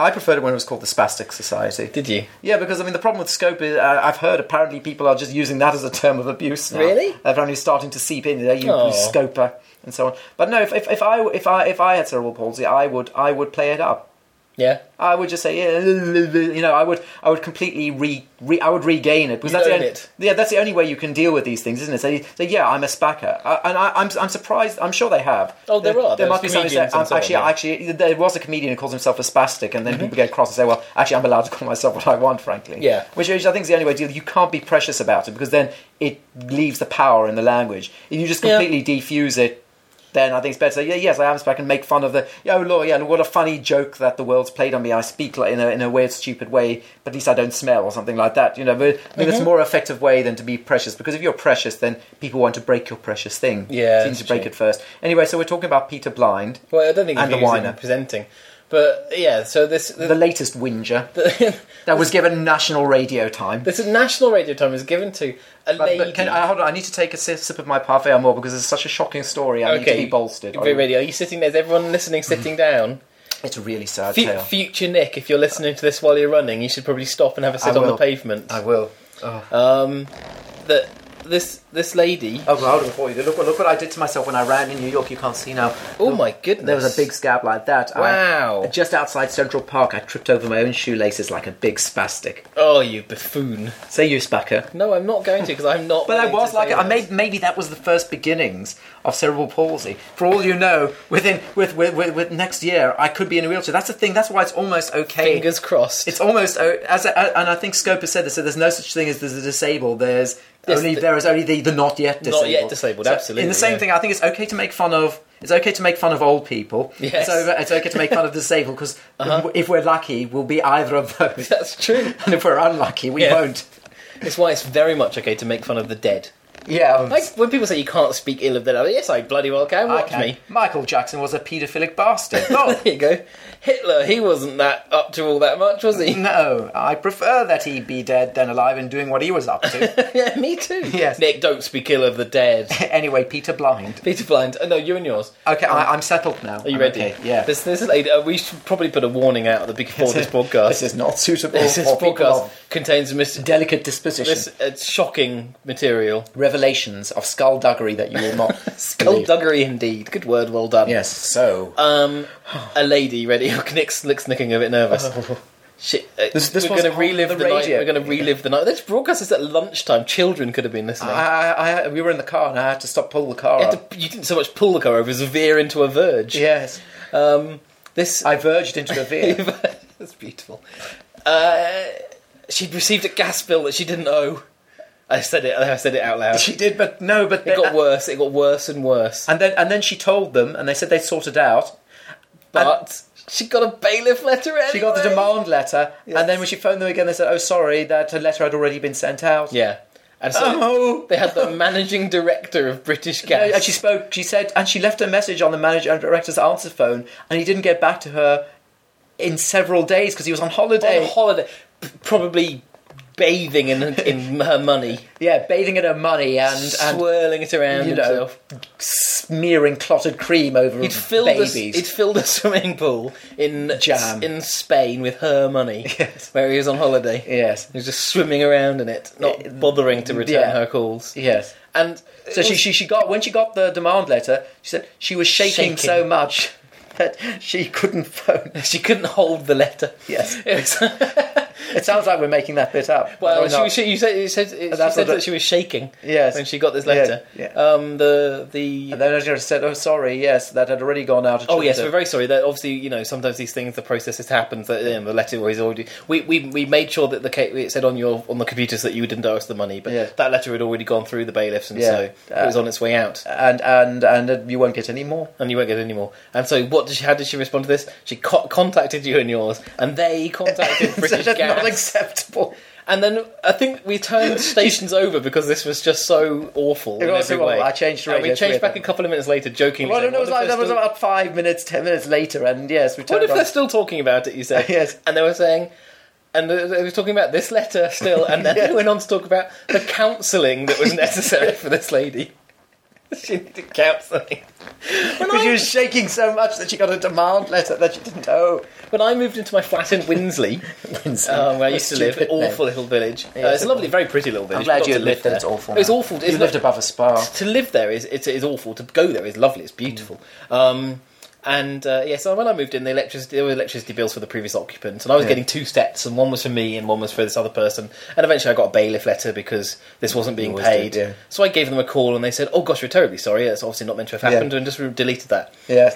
Speaker 1: I preferred it when it was called the Spastic Society.
Speaker 2: Did you?
Speaker 1: Yeah, because I mean, the problem with scope is uh, I've heard apparently people are just using that as a term of abuse. Now.
Speaker 2: Really?
Speaker 1: Apparently, it's starting to seep in. You, know, you,
Speaker 2: Oh.
Speaker 1: you scoper and so on. But no, if, if, if I if I if I had cerebral palsy, I would I would play it up.
Speaker 2: Yeah.
Speaker 1: I would just say, yeah, you know, I would, I would completely re, re I would regain it because
Speaker 2: You'd
Speaker 1: that's the
Speaker 2: own
Speaker 1: only,
Speaker 2: it.
Speaker 1: yeah, that's the only way you can deal with these things, isn't it? So, so yeah, I'm a spacker, I, and I, I'm, I'm surprised. I'm sure they have.
Speaker 2: Oh, there are.
Speaker 1: There
Speaker 2: There's
Speaker 1: must be somebody that
Speaker 2: comedians and so on,
Speaker 1: actually,
Speaker 2: yeah. Mm-hmm.
Speaker 1: actually, there was a comedian who calls himself a spastic, and then people get cross and say, well, actually, I'm allowed to call myself what I want, frankly.
Speaker 2: Yeah.
Speaker 1: Which, which I think is the only way to deal. You can't be precious about it because then it leaves the power in the language. If you just
Speaker 2: Yeah.
Speaker 1: completely defuse it, then I think it's better to say, yeah, yes, I am back and make fun of the, yeah, oh, Lord, yeah, and what a funny joke that the world's played on me. I speak like, in, a, in a weird, stupid way, but at least I don't smell or something like that. You know, but I think
Speaker 2: Mm-hmm.
Speaker 1: that's a more effective way than to be precious because if you're precious, then people want to break your precious thing.
Speaker 2: Yeah,
Speaker 1: Seems
Speaker 2: that's
Speaker 1: to break
Speaker 2: true.
Speaker 1: it first. Anyway, so we're talking about Peter Blind,
Speaker 2: Well, I don't think
Speaker 1: And
Speaker 2: it's
Speaker 1: the whiner.
Speaker 2: presenting, but yeah. So this
Speaker 1: the latest whinger
Speaker 2: the,
Speaker 1: that was given national radio time.
Speaker 2: this national radio time is given to a
Speaker 1: But,
Speaker 2: lady.
Speaker 1: but can I, hold on, I need to take a sip, sip of my parfait amour because it's such a shocking story. I need to be bolstered.
Speaker 2: Great radio. Are you sitting there? Is everyone listening sitting down?
Speaker 1: It's a really sad
Speaker 2: Fu-
Speaker 1: tale.
Speaker 2: future Nick, if you're listening to this while you're running, you should probably stop and have a sit on the
Speaker 1: will.
Speaker 2: pavement.
Speaker 1: I will. Oh.
Speaker 2: Um, that this this lady.
Speaker 1: Oh, well, hold on before you. do. Look, what- look what I did to myself when I ran in New York. You can't see now.
Speaker 2: Oh my goodness!
Speaker 1: There was a big scab like that. I-
Speaker 2: Wow.
Speaker 1: just outside Central Park, I tripped over my own shoelaces like a big spastic.
Speaker 2: Oh, you buffoon!
Speaker 1: Say you, spacker.
Speaker 2: No, I'm not going to because I'm not.
Speaker 1: But I
Speaker 2: willing
Speaker 1: was
Speaker 2: to
Speaker 1: like,
Speaker 2: say
Speaker 1: I
Speaker 2: this.
Speaker 1: may, maybe that was the first beginnings of cerebral palsy. For all you know, within with, with, with, with next year, I could be in a wheelchair. That's the thing. That's why it's almost okay.
Speaker 2: fingers crossed.
Speaker 1: It's almost uh, as I- and I think Scope has said this. So there's no such thing as the disabled. There's
Speaker 2: Yes,
Speaker 1: only
Speaker 2: the-
Speaker 1: there is only the, the not yet disabled.
Speaker 2: yet disabled, absolutely,
Speaker 1: In the same
Speaker 2: yeah.
Speaker 1: thing, I think it's okay to make fun of. It's okay to make fun of old people.
Speaker 2: Yes. Uh-huh.
Speaker 1: It's, over, it's okay to make fun of the disabled because if we're lucky, we'll be either of those.
Speaker 2: That's true.
Speaker 1: And if we're unlucky, we
Speaker 2: Yeah.
Speaker 1: won't.
Speaker 2: It's why it's very much okay to make fun of the dead.
Speaker 1: Yeah.
Speaker 2: Like when people say you can't speak ill of the dead, I'm like, yes, I bloody well can. Watch
Speaker 1: okay.
Speaker 2: me.
Speaker 1: Michael Jackson was a paedophilic bastard. Oh.
Speaker 2: There you go. Hitler, he wasn't that up to all that much, was
Speaker 1: Mm.
Speaker 2: he?
Speaker 1: No, I prefer that he be dead than alive and doing what he was up to.
Speaker 2: yeah, me too.
Speaker 1: Yes.
Speaker 2: Nick, don't speak ill of the dead.
Speaker 1: anyway, Peter Blind.
Speaker 2: Peter Blind. Oh, no, you and yours.
Speaker 1: Okay, I, I'm settled now.
Speaker 2: Oh. Are you ready?
Speaker 1: Yeah.
Speaker 2: This, this is, uh, we should probably put a warning out at the before this broadcast.
Speaker 1: This is not suitable
Speaker 2: This,
Speaker 1: for people
Speaker 2: podcast
Speaker 1: of
Speaker 2: contains mis-
Speaker 1: delicate disposition.
Speaker 2: this, uh, shocking material.
Speaker 1: Revelations of skullduggery that you will not believe.
Speaker 2: Skullduggery, indeed. Good word, well done.
Speaker 1: Yes, so
Speaker 2: Um, a lady ready. Nick's, Nick's looking a bit nervous. Shit, uh,
Speaker 1: Oh. This- this
Speaker 2: we're
Speaker 1: was
Speaker 2: going to
Speaker 1: on
Speaker 2: relive the,
Speaker 1: the
Speaker 2: night.
Speaker 1: radio.
Speaker 2: We're going to relive the night. This broadcast is at lunchtime. Children could have been listening.
Speaker 1: I, I, I, we were in the car and I had to stop pull the car.
Speaker 2: you,
Speaker 1: Up.
Speaker 2: had to, you didn't so much pull the car over as veer into a verge.
Speaker 1: Yes,
Speaker 2: Um, this
Speaker 1: I verged into a veer.
Speaker 2: that's beautiful. Uh, she'd received a gas bill that she didn't owe. I said it. I said it out loud.
Speaker 1: she did, but no, but
Speaker 2: It got worse. It got worse and worse.
Speaker 1: and then and then she told them, and they said they'd sorted out.
Speaker 2: But she got a bailiff letter. Anyway.
Speaker 1: She got the demand letter, and then when she phoned them again, they said, "Oh, sorry, that letter had already been sent out."
Speaker 2: Yeah, and so
Speaker 1: Oh.
Speaker 2: they had the managing director of British Gas.
Speaker 1: Uh, And she spoke. She said, and she left a message on the manager and director's answer phone, and he didn't get back to her in several days because he was on holiday.
Speaker 2: on holiday, p- probably bathing in in her money,
Speaker 1: yeah, bathing in her money and and
Speaker 2: swirling it around
Speaker 1: you know,
Speaker 2: himself.
Speaker 1: smearing clotted cream over
Speaker 2: He'd filled
Speaker 1: babies.
Speaker 2: A, he'd filled a swimming pool in
Speaker 1: Jam.
Speaker 2: in Spain with her money,
Speaker 1: Yes.
Speaker 2: where he was on holiday.
Speaker 1: yes,
Speaker 2: He was just swimming around in it, not bothering to return
Speaker 1: yeah.
Speaker 2: her calls.
Speaker 1: yes.
Speaker 2: And
Speaker 1: So she, she she got when she got the demand letter, she said she was
Speaker 2: Shaking.
Speaker 1: shaking, so much that she couldn't phone.
Speaker 2: She couldn't hold the letter.
Speaker 1: Yes.
Speaker 2: It was-
Speaker 1: It sounds like we're making that bit up.
Speaker 2: well,
Speaker 1: Or
Speaker 2: she,
Speaker 1: not.
Speaker 2: was- she, you said, you said, she
Speaker 1: that's
Speaker 2: said that
Speaker 1: what the-
Speaker 2: she was shaking
Speaker 1: Yes.
Speaker 2: when she got this
Speaker 1: Yeah,
Speaker 2: letter.
Speaker 1: yeah.
Speaker 2: Um, the the
Speaker 1: And then I just said, "Oh, sorry, yes, that had already gone out."
Speaker 2: Oh yes, we're very sorry. That obviously, you know, sometimes these things, the processes happens. That you know, the letter was already. We, we we made sure that the ca- it said on your on the computers that you didn't owe us the money, but
Speaker 1: Yeah.
Speaker 2: that letter had already gone through the bailiffs, and
Speaker 1: Yeah.
Speaker 2: so it was
Speaker 1: Uh,
Speaker 2: on its way out,
Speaker 1: and and and uh, you won't get any more.
Speaker 2: and you won't get any more. And so, what did she? How did she respond to this? She co- contacted you and yours, and they contacted
Speaker 1: So
Speaker 2: British
Speaker 1: that's
Speaker 2: Gas.
Speaker 1: not acceptable.
Speaker 2: and then I think we turned stations over because this was just so awful.
Speaker 1: It
Speaker 2: in
Speaker 1: was
Speaker 2: every
Speaker 1: so awful.
Speaker 2: way.
Speaker 1: I changed the
Speaker 2: And we
Speaker 1: radio
Speaker 2: changed
Speaker 1: three
Speaker 2: back a
Speaker 1: times.
Speaker 2: couple of minutes later, jokingly.
Speaker 1: Well,
Speaker 2: saying,
Speaker 1: no, it was
Speaker 2: "What if
Speaker 1: like
Speaker 2: they're
Speaker 1: that was
Speaker 2: still-
Speaker 1: about five minutes, ten minutes later, and yes, we
Speaker 2: What
Speaker 1: turned
Speaker 2: if
Speaker 1: on.
Speaker 2: they're still talking about it? You said,
Speaker 1: Yes.
Speaker 2: and they were saying, and they they were talking about this letter still, and then
Speaker 1: Yes.
Speaker 2: they went on to talk about the counselling that was necessary for this lady. She needed counselling. When
Speaker 1: Because she
Speaker 2: I,
Speaker 1: was shaking so much that she got a demand letter that she didn't owe.
Speaker 2: when I moved into my flat in Winsley, um, where I used to live,
Speaker 1: Stupid name.
Speaker 2: awful little village. Uh,
Speaker 1: Yes,
Speaker 2: it's a
Speaker 1: it
Speaker 2: lovely,
Speaker 1: was.
Speaker 2: very pretty little village.
Speaker 1: I'm glad
Speaker 2: Got
Speaker 1: you
Speaker 2: to live
Speaker 1: admit that
Speaker 2: there.
Speaker 1: it's awful.
Speaker 2: It's
Speaker 1: now.
Speaker 2: awful. It's
Speaker 1: You
Speaker 2: not-
Speaker 1: lived above a spa.
Speaker 2: to live there is it's, it's awful. To go there is lovely. It's beautiful. Um, and uh, yeah, so when I moved in, the electricity there were electricity bills for the previous occupants, and I was
Speaker 1: Yeah.
Speaker 2: getting two sets, and one was for me, and one was for this other person. And eventually, I got a bailiff letter because this wasn't being
Speaker 1: always
Speaker 2: paid.
Speaker 1: did, yeah.
Speaker 2: So I gave them a call, and they said, "Oh gosh, we're terribly sorry. It's obviously not meant to have
Speaker 1: Yeah.
Speaker 2: happened," and just re- deleted that.
Speaker 1: Yes.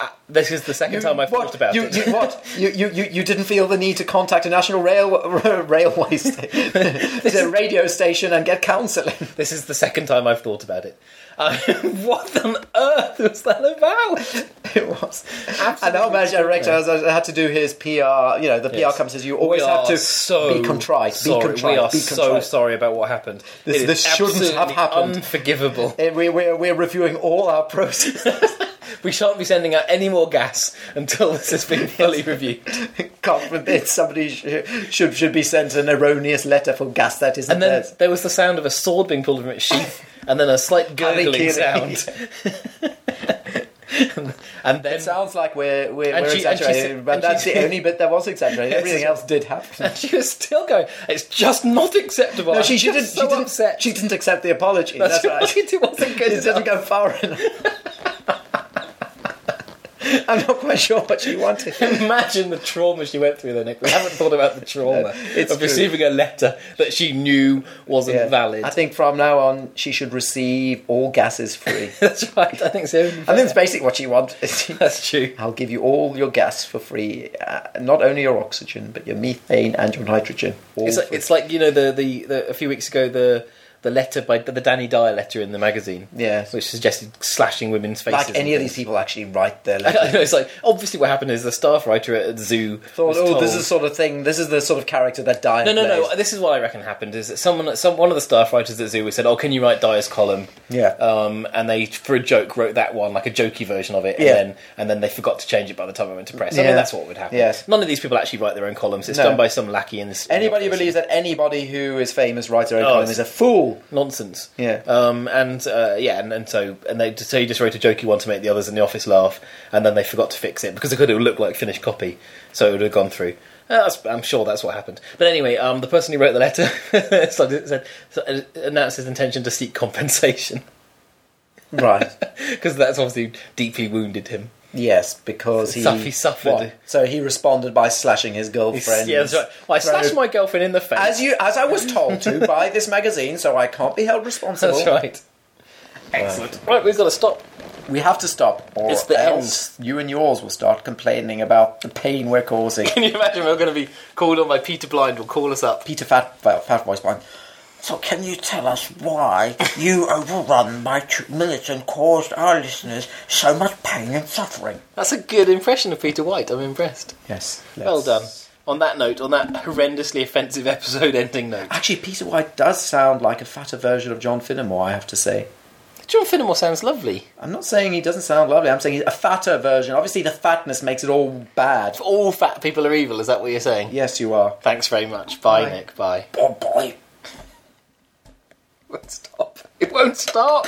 Speaker 2: Uh, This is the second time I've
Speaker 1: what,
Speaker 2: thought about
Speaker 1: you,
Speaker 2: it.
Speaker 1: You, what? You, you, you, you didn't feel the need to contact a national rail, railway station, a radio station, and get counselling.
Speaker 2: This is the second time I've thought about it. Uh, what on earth was that about?
Speaker 1: It was.
Speaker 2: Absolutely
Speaker 1: and our manager director
Speaker 2: extraordinary.
Speaker 1: has, has had to do his PR. You know, the PR
Speaker 2: Yes.
Speaker 1: comes as you always
Speaker 2: are
Speaker 1: have to be contrite,
Speaker 2: sorry.
Speaker 1: be contrite,
Speaker 2: We are
Speaker 1: be
Speaker 2: so
Speaker 1: contrite.
Speaker 2: sorry about what happened.
Speaker 1: This-
Speaker 2: It is
Speaker 1: this shouldn't have
Speaker 2: absolutely
Speaker 1: happened.
Speaker 2: Unforgivable.
Speaker 1: Eh, we, we're, we're reviewing all our processes.
Speaker 2: we shan't be sending out any more gas until this has been fully reviewed.
Speaker 1: Can't forbid somebody sh- should should be sent an erroneous letter for gas that isn't
Speaker 2: And then
Speaker 1: theirs.
Speaker 2: there was the sound of a sword being pulled from its sheath, and then a slight gurgling
Speaker 1: Harakiri.
Speaker 2: sound. and then
Speaker 1: It sounds like we're we're,
Speaker 2: And
Speaker 1: we're
Speaker 2: she- and she
Speaker 1: exaggerating,
Speaker 2: said-
Speaker 1: but
Speaker 2: and she
Speaker 1: that's the
Speaker 2: said-
Speaker 1: only bit that was exaggerated.
Speaker 2: Yes.
Speaker 1: Everything else did happen.
Speaker 2: and she was still going. It's just not acceptable.
Speaker 1: No, she, she
Speaker 2: I'm
Speaker 1: didn't.
Speaker 2: just
Speaker 1: she
Speaker 2: so
Speaker 1: didn't.
Speaker 2: upset.
Speaker 1: She didn't accept the apology.
Speaker 2: That's
Speaker 1: That's, right.
Speaker 2: right. It wasn't good
Speaker 1: It didn't
Speaker 2: enough.
Speaker 1: go far enough. I'm not quite sure what she wanted.
Speaker 2: Imagine the trauma she went through. Then Nick. we haven't thought about the trauma
Speaker 1: it's
Speaker 2: of
Speaker 1: true.
Speaker 2: receiving a letter that she knew wasn't
Speaker 1: Yeah.
Speaker 2: valid.
Speaker 1: I think from now on, she should receive all gases free.
Speaker 2: That's right. I think so.
Speaker 1: I think it's basically what she wants.
Speaker 2: That's true.
Speaker 1: I'll give you all your gas for free, uh, not only your oxygen, but your methane and your nitrogen. All
Speaker 2: It's like,
Speaker 1: free.
Speaker 2: it's like you know the, the the a few weeks ago the the letter by the Danny Dyer letter in the magazine.
Speaker 1: Yes.
Speaker 2: which suggested slashing women's faces.
Speaker 1: like any
Speaker 2: and
Speaker 1: of these
Speaker 2: things.
Speaker 1: people actually write their
Speaker 2: I
Speaker 1: letters.
Speaker 2: know, it's like obviously what happened is the staff writer at the zoo
Speaker 1: Thought,
Speaker 2: was
Speaker 1: oh,
Speaker 2: told,
Speaker 1: this is the sort of thing. This is the sort of character that Diane.
Speaker 2: No, no,
Speaker 1: plays.
Speaker 2: no. This is what I reckon happened: is that someone, some one of the staff writers at Zoo said, "Oh, can you write Dyer's column?"
Speaker 1: Yeah.
Speaker 2: Um, and they, for a joke, wrote that one like a jokey version of it, and
Speaker 1: Yeah.
Speaker 2: then and then they forgot to change it by the time I went to press. I
Speaker 1: Yeah.
Speaker 2: mean, that's what would happen.
Speaker 1: Yes.
Speaker 2: None of these people actually write their own columns. It's
Speaker 1: No.
Speaker 2: done by some lackey in this.
Speaker 1: Anybody who
Speaker 2: in the office.
Speaker 1: believes that anybody who is famous writes their own
Speaker 2: Oh,
Speaker 1: column
Speaker 2: it's-
Speaker 1: is a fool.
Speaker 2: nonsense.
Speaker 1: Yeah.
Speaker 2: Um, and uh, yeah, and, and so and they so you just wrote a jokey one to make the others in the office laugh, and then they forgot to fix it because it could have looked like finished copy, so it would have gone through. Uh, That's, I'm sure that's what happened. But anyway, um, the person who wrote the letter said, said, said- announced his intention to seek compensation
Speaker 1: Right.
Speaker 2: because that's obviously deeply wounded him.
Speaker 1: yes, because he,
Speaker 2: Suff- he suffered.
Speaker 1: So he responded by slashing his girlfriend.
Speaker 2: Yeah, that's right. Well, I slashed my girlfriend in the face.
Speaker 1: As you, as I was told to by this magazine, so I can't be held responsible.
Speaker 2: that's right. Excellent. Right, we've got to stop.
Speaker 1: We have to stop, or
Speaker 2: It's the
Speaker 1: else you and yours will start complaining about the pain we're causing.
Speaker 2: Can you imagine we're going to be called on by Peter Blind? Will call us up.
Speaker 1: Peter Fat, well, Fat Boy's mind.
Speaker 5: So can you tell us why you overrun my tr- millet and caused our listeners so much pain and suffering?
Speaker 2: That's a good impression of Peter White. I'm impressed.
Speaker 1: Yes.
Speaker 2: Well
Speaker 1: let's-
Speaker 2: done. On that note, on that horrendously offensive episode ending note,
Speaker 1: Actually, Peter White does sound like a fatter version of John Finnemore, I have to say.
Speaker 2: John Finnemore sounds lovely.
Speaker 1: I'm not saying he doesn't sound lovely. I'm saying he's a fatter version. Obviously, the fatness makes it all bad.
Speaker 2: All fat people are evil, is that what you're saying?
Speaker 1: Yes, you are.
Speaker 2: Thanks very much. Bye,
Speaker 1: Bye.
Speaker 2: Nick. Bye.
Speaker 5: Boy, boy.
Speaker 2: Stop. It won't stop.